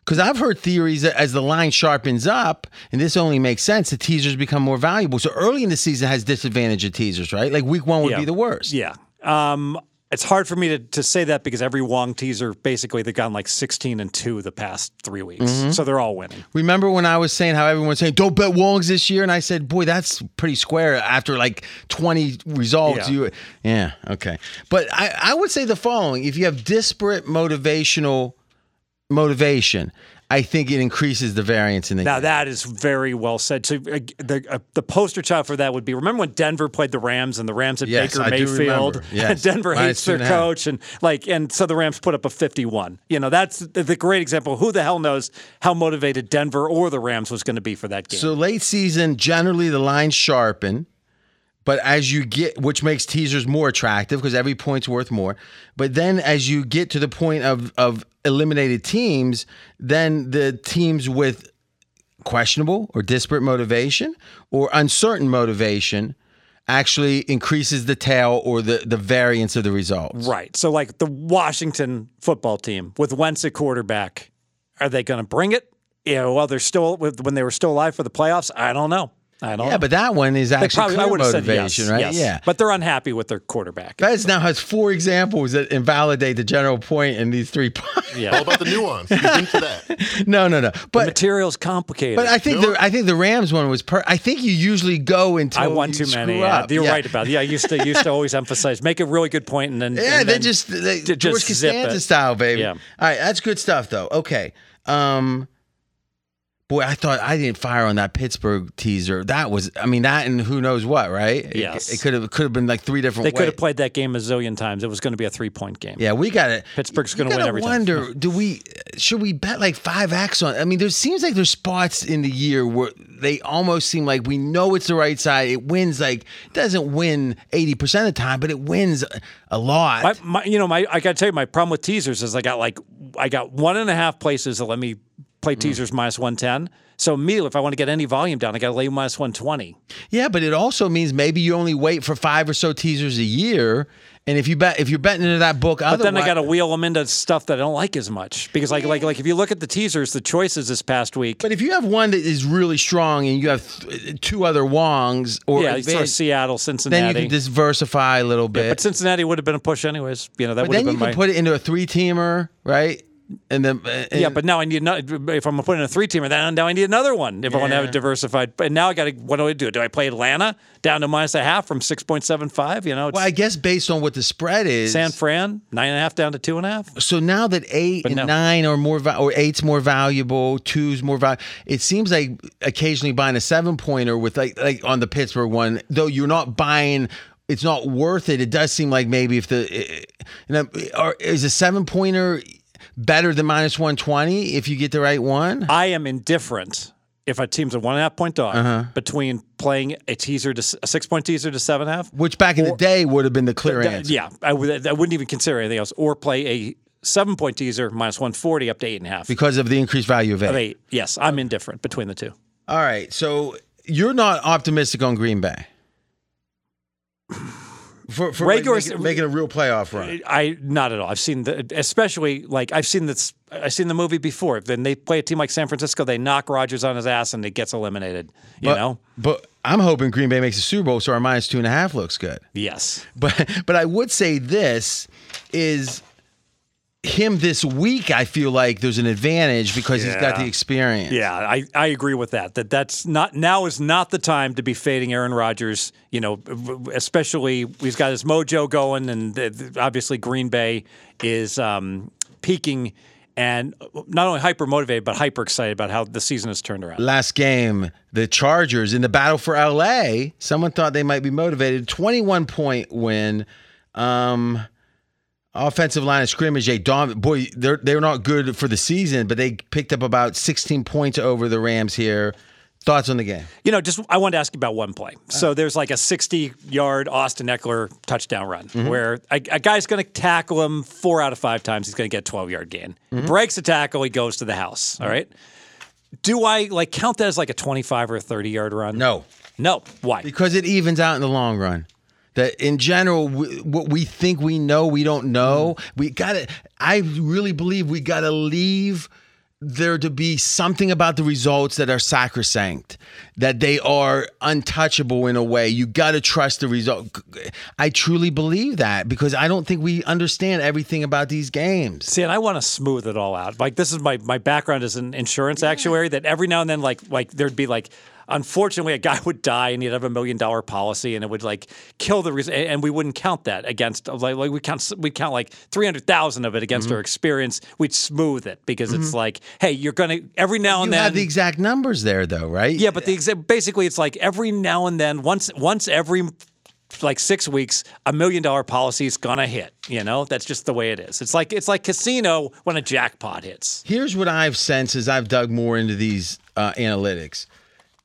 A: Because I've heard theories that as the line sharpens up, and this only makes sense, the teasers become more valuable. So early in the season has disadvantage of teasers, right? Like week one would
B: Yeah.
A: be the worst.
B: Yeah. Um, it's hard for me to, to say that because every Wong teaser basically they've gone like 16 and 2 the past three weeks.
A: Mm-hmm.
B: So they're all winning.
A: Remember when I was saying how everyone's saying don't bet Wongs this year, and I said, boy, that's pretty square after like twenty results.
B: Yeah.
A: You, yeah, okay. But I, I would say the following: if you have disparate motivational motivation, I think it increases the variance in the
B: Now
A: game.
B: that is very well said. So uh, the uh, the poster child for that would be remember when Denver played the Rams and the Rams had
A: Yes,
B: Baker
A: I do
B: Mayfield.
A: remember. Yes.
B: and Denver
A: Minus
B: hates
A: two
B: their
A: and a half.
B: coach and like and so the Rams put up a 51. You know that's the, the great example. Who the hell knows how motivated Denver or the Rams was going to be for that game?
A: So late season, generally the lines sharpen, but as you get, which makes teasers more attractive because every point's worth more. But then as you get to the point of of eliminated teams, then the teams with questionable or disparate motivation or uncertain motivation actually increases the tail or the the variance of the results.
B: Right. So, like the Washington football team with Wentz at quarterback, are they going to bring it? Yeah. Well, they're still with when they were still alive for the playoffs. I don't know. I don't.
A: Yeah,
B: know.
A: but that one is
B: They
A: actually
B: probably I
A: clear
B: would have said yes,
A: motivation, right?
B: yes.
A: Yeah.
B: But they're unhappy with their quarterback.
A: Fez now has four examples that invalidate the general point in these three points.
B: yeah.
C: All about the nuance. He's into that.
A: No, no, no.
B: the
A: But
B: material's complicated.
A: but I think
C: No.
A: the I think the Rams one was per. I think you usually go until
B: I won
A: you
B: too many.
A: screw
B: Yeah,
A: up.
B: you're
A: yeah.
B: right about. It. Yeah, I used to used to always emphasize make a really good point and then
A: Yeah,
B: and
A: they
B: then-
A: just they,
B: j-
A: George
B: just zip
A: Costanza
B: it.
A: style, baby.
B: Yeah.
A: All right, that's good stuff though. Okay. Um Boy, I thought I didn't fire on that Pittsburgh teaser. That was, I mean, that and who knows what, right? It-
B: Yes.
A: It, could have could have been like three different.
B: they could
A: ways.
B: have played that game a zillion times. It was going to be a three point game.
A: Yeah, we got it.
B: Pittsburgh's gonna win every time.
A: wonder, do we should we bet like five X on? I mean, there seems like there's spots in the year where they almost seem like we know it's the right side. It wins like it doesn't win eighty percent of the time, but it wins a lot.
B: My, my, you know, my I gotta tell you, my problem with teasers is I got like I got one and a half places that let me play
A: Mm.
B: teasers minus one ten. So immediately, if I want to get any volume down, I got to lay minus one twenty.
A: Yeah, but it also means maybe you only wait for five or so teasers a year, and if you bet if you're betting into that book,
B: But then I
A: otherwise-
B: got to wheel them into stuff that I don't like as much because like like like if you look at the teasers, the choices this past week,
A: But if you have one that is really strong and you have th- two other Wongs or
B: yeah, you
A: advan-
B: saw Seattle, Cincinnati.
A: then you can diversify a little bit.
B: but Cincinnati would have been a push anyways. You know that
A: But
B: would have
A: then you
B: been
A: can
B: my
A: put it into a three teamer, right? And then uh, and
B: yeah. But now I need not if I'm putting a three teamer, then now I need another one if I want to have
A: Yeah.
B: it diversified. And now I got to what do I do? Do I play Atlanta down to minus a half from six point seven five? You know, it's-
A: well, I guess based on what the spread is.
B: San Fran, nine and a half down to two and a half.
A: so now that eight and
B: no.
A: nine are more, va- or eight's more valuable, two's more valuable. It seems like occasionally buying a seven pointer with like like on the Pittsburgh one, though you're not buying. It's not worth it. It does seem like maybe if the, uh, or is a seven pointer better than minus one twenty if you get the right one?
B: I am indifferent if a team's a one and a half point dog
A: Uh-huh.
B: between playing a teaser to s- a six point teaser to seven and a half.
A: Which back in the day would have been the clear
B: Th-
A: answer.
B: yeah, I would. I wouldn't even consider anything else. Or play a seven point teaser minus one forty up to eight and a half.
A: because of the increased value of eight.
B: Of eight. Yes, I'm indifferent between the two.
A: All right. So you're not optimistic on Green Bay for, for like,
B: Regular-
A: making, making a real playoff run.
B: I not at all. I've seen the especially like I've seen this. I've seen the movie before. Then they play a team like San Francisco. They knock Rogers on his ass and he gets eliminated. You know.
A: But I'm hoping Green Bay makes a Super Bowl, so our minus two and a half looks good.
B: Yes.
A: But but I would say this is him this week. I feel like there's an advantage because he's got
B: Yeah.
A: the experience.
B: Yeah, I, I agree with that. That that's not now is not the time to be fading Aaron Rodgers. You know, especially he's got his mojo going, and the, the- obviously Green Bay is um, peaking and uh, not only hyper motivated but hyper excited about how the season has turned around.
A: Last game, the Chargers in the battle for LA. Someone thought they might be motivated. 21 point win. Um, offensive line of scrimmage, they dom- boy, they're they're not good for the season, but they picked up about 16 points over the Rams here. Thoughts on the game?
B: You know, just I wanted to ask you about one play. So there's like a 60 yard Austin Eckler touchdown run where a, a guy's going to tackle him four out of five times. He's going to get a 12 yard gain. Breaks the tackle. He goes to the house. All right. Do I like count that as like a 25 or a 30 yard run?
A: No.
B: No. Why?
A: because it evens out in the long run. That in general, w what we think we know, we don't know.
B: Mm.
A: We gotta. I really believe we gotta leave there to be something about the results that are sacrosanct, that they are untouchable in a way. You gotta trust the result. I truly believe that because I don't think we understand everything about these games.
B: See, and I want to smooth it all out. Like this is my my background as an insurance actuary. That every now and then, like like there'd be like, unfortunately, a guy would die and he'd have a million dollar policy, and it would like kill the reason, and we wouldn't count that against like, like we count we count like three hundred thousand of it
A: Mm-hmm.
B: against our experience. We'd smooth it because it's like, hey, you're gonna every now
A: You
B: and then
A: have the exact numbers there, though, right?
B: yeah, but the exa- basically it's like every now and then, once once every like six weeks, a million dollar policy is gonna hit. You know, that's just the way it is. It's like it's like casino when a jackpot hits.
A: Here's what I've sensed as I've dug more into these uh, analytics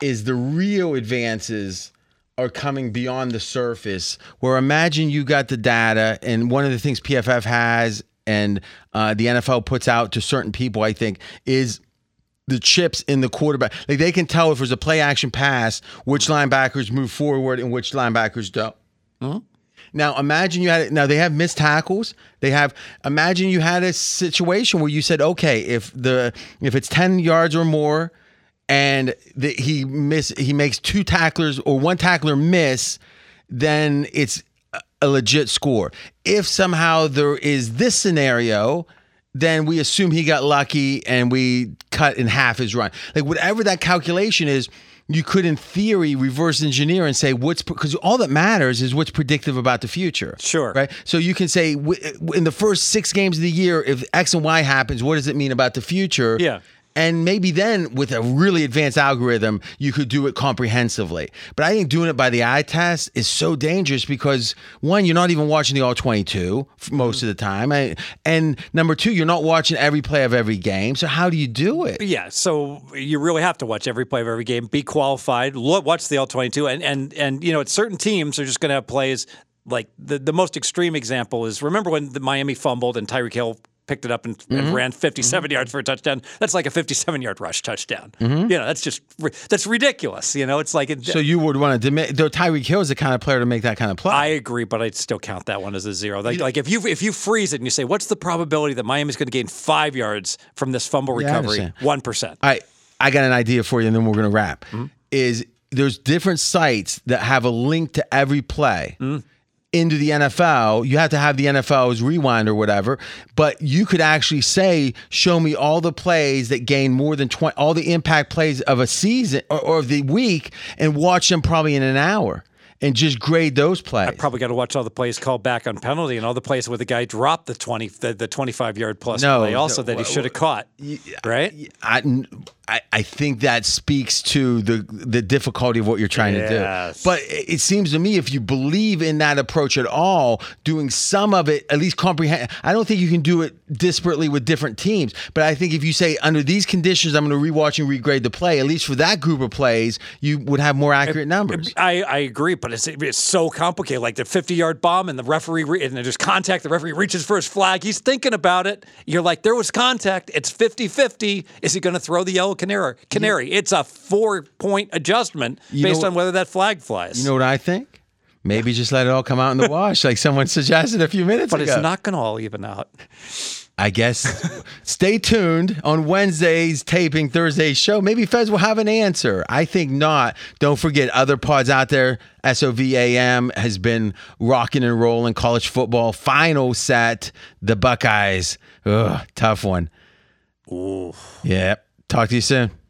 A: is the real advances are coming beyond the surface. Where imagine you got the data, and one of the things PFF has and uh, the NFL puts out to certain people, I think, is the chips in the quarterback. Like they can tell if there's a play action pass, which linebackers move forward and which linebackers don't. Now imagine you had now they have missed tackles. They have imagine you had a situation where you said, okay, if the if it's ten yards or more, and the, he miss he makes two tacklers or one tackler miss, then it's a- a legit score. If somehow there is this scenario, then we assume he got lucky and we cut in half his run. Like whatever that calculation is, you could in theory reverse engineer and say what's because all that matters is what's predictive about the future.
B: Sure.
A: Right. So you can say w- in the first six games of the year, if X and Y happens, what does it mean about the future?
B: Yeah.
A: And maybe then with a really advanced algorithm, you could do it comprehensively. But I think doing it by the eye test is so dangerous because one, you're not even watching the all 22 f- most of the time. I, and number two, you're not watching every play of every game. So how do you do it?
B: Yeah, so you really have to watch every play of every game, be qualified, lo- watch the all twenty two, and and and you know, at certain teams are just going to have plays like the the most extreme example is remember when the Miami fumbled and Tyreek Hill picked it up and,
A: Mm-hmm.
B: and ran 57 yards for a touchdown that's like a 57 yard rush touchdown you know that's just ri- that's ridiculous you know it's like it,
A: Mm-hmm. So you would want to, demi- though Tyreek Hill is the kind of player to make that kind of play.
B: I agree, but I'd still count that one as a zero. Like, like if you if you freeze it and you say, "What's the probability that Miami's going to gain five yards from this fumble
A: I
B: recovery?"
A: understand.
B: One percent.
A: I I got an idea for you, and then we're gonna wrap. Is there's different sites that have a link to every play into the NFL. You have to have the NFL's rewind or whatever, but you could actually say, "Show me all the plays that gain more than twenty, all the impact plays of a season or, or of the week, and watch them probably in an hour, and just grade those plays."
B: Probably got to watch all the plays called back on penalty and all the plays where the guy dropped the twenty the, the twenty five yard plus
A: No,
B: play
A: no,
B: also that he should have caught. right?
A: I, I I think that speaks to the the difficulty of what you're trying to do.
B: Yes.
A: But it it seems to me if you believe in that approach at all, doing some of it at least comprehend. I don't think you can do it disparately with different teams. But I think if you say under these conditions, I'm going to rewatch and regrade the play. At least for that group of plays, you would have more accurate numbers.
B: I, I agree, but it's it's so complicated. Like the fifty yard bomb and the referee re- and there's contact. The referee reaches for his flag. He's thinking about it. You're like, there was contact. It's 50-50. Is he going to throw the yellow canary? Canary. It's a four point adjustment
A: You
B: based
A: know-
B: on whether that flag flies.
A: You know what I think? Maybe just let it all come out in the wash, like someone suggested a few minutes
B: but
A: ago.
B: it's not going to all even out.
A: I guess stay tuned on Wednesday's taping, Thursday's show. Maybe Fez will have an answer. I think not. Don't forget other pods out there. SOVAM has been rocking and rolling college football final set. The Buckeyes. Ugh, tough one. Ooh. Yeah. Talk to you soon.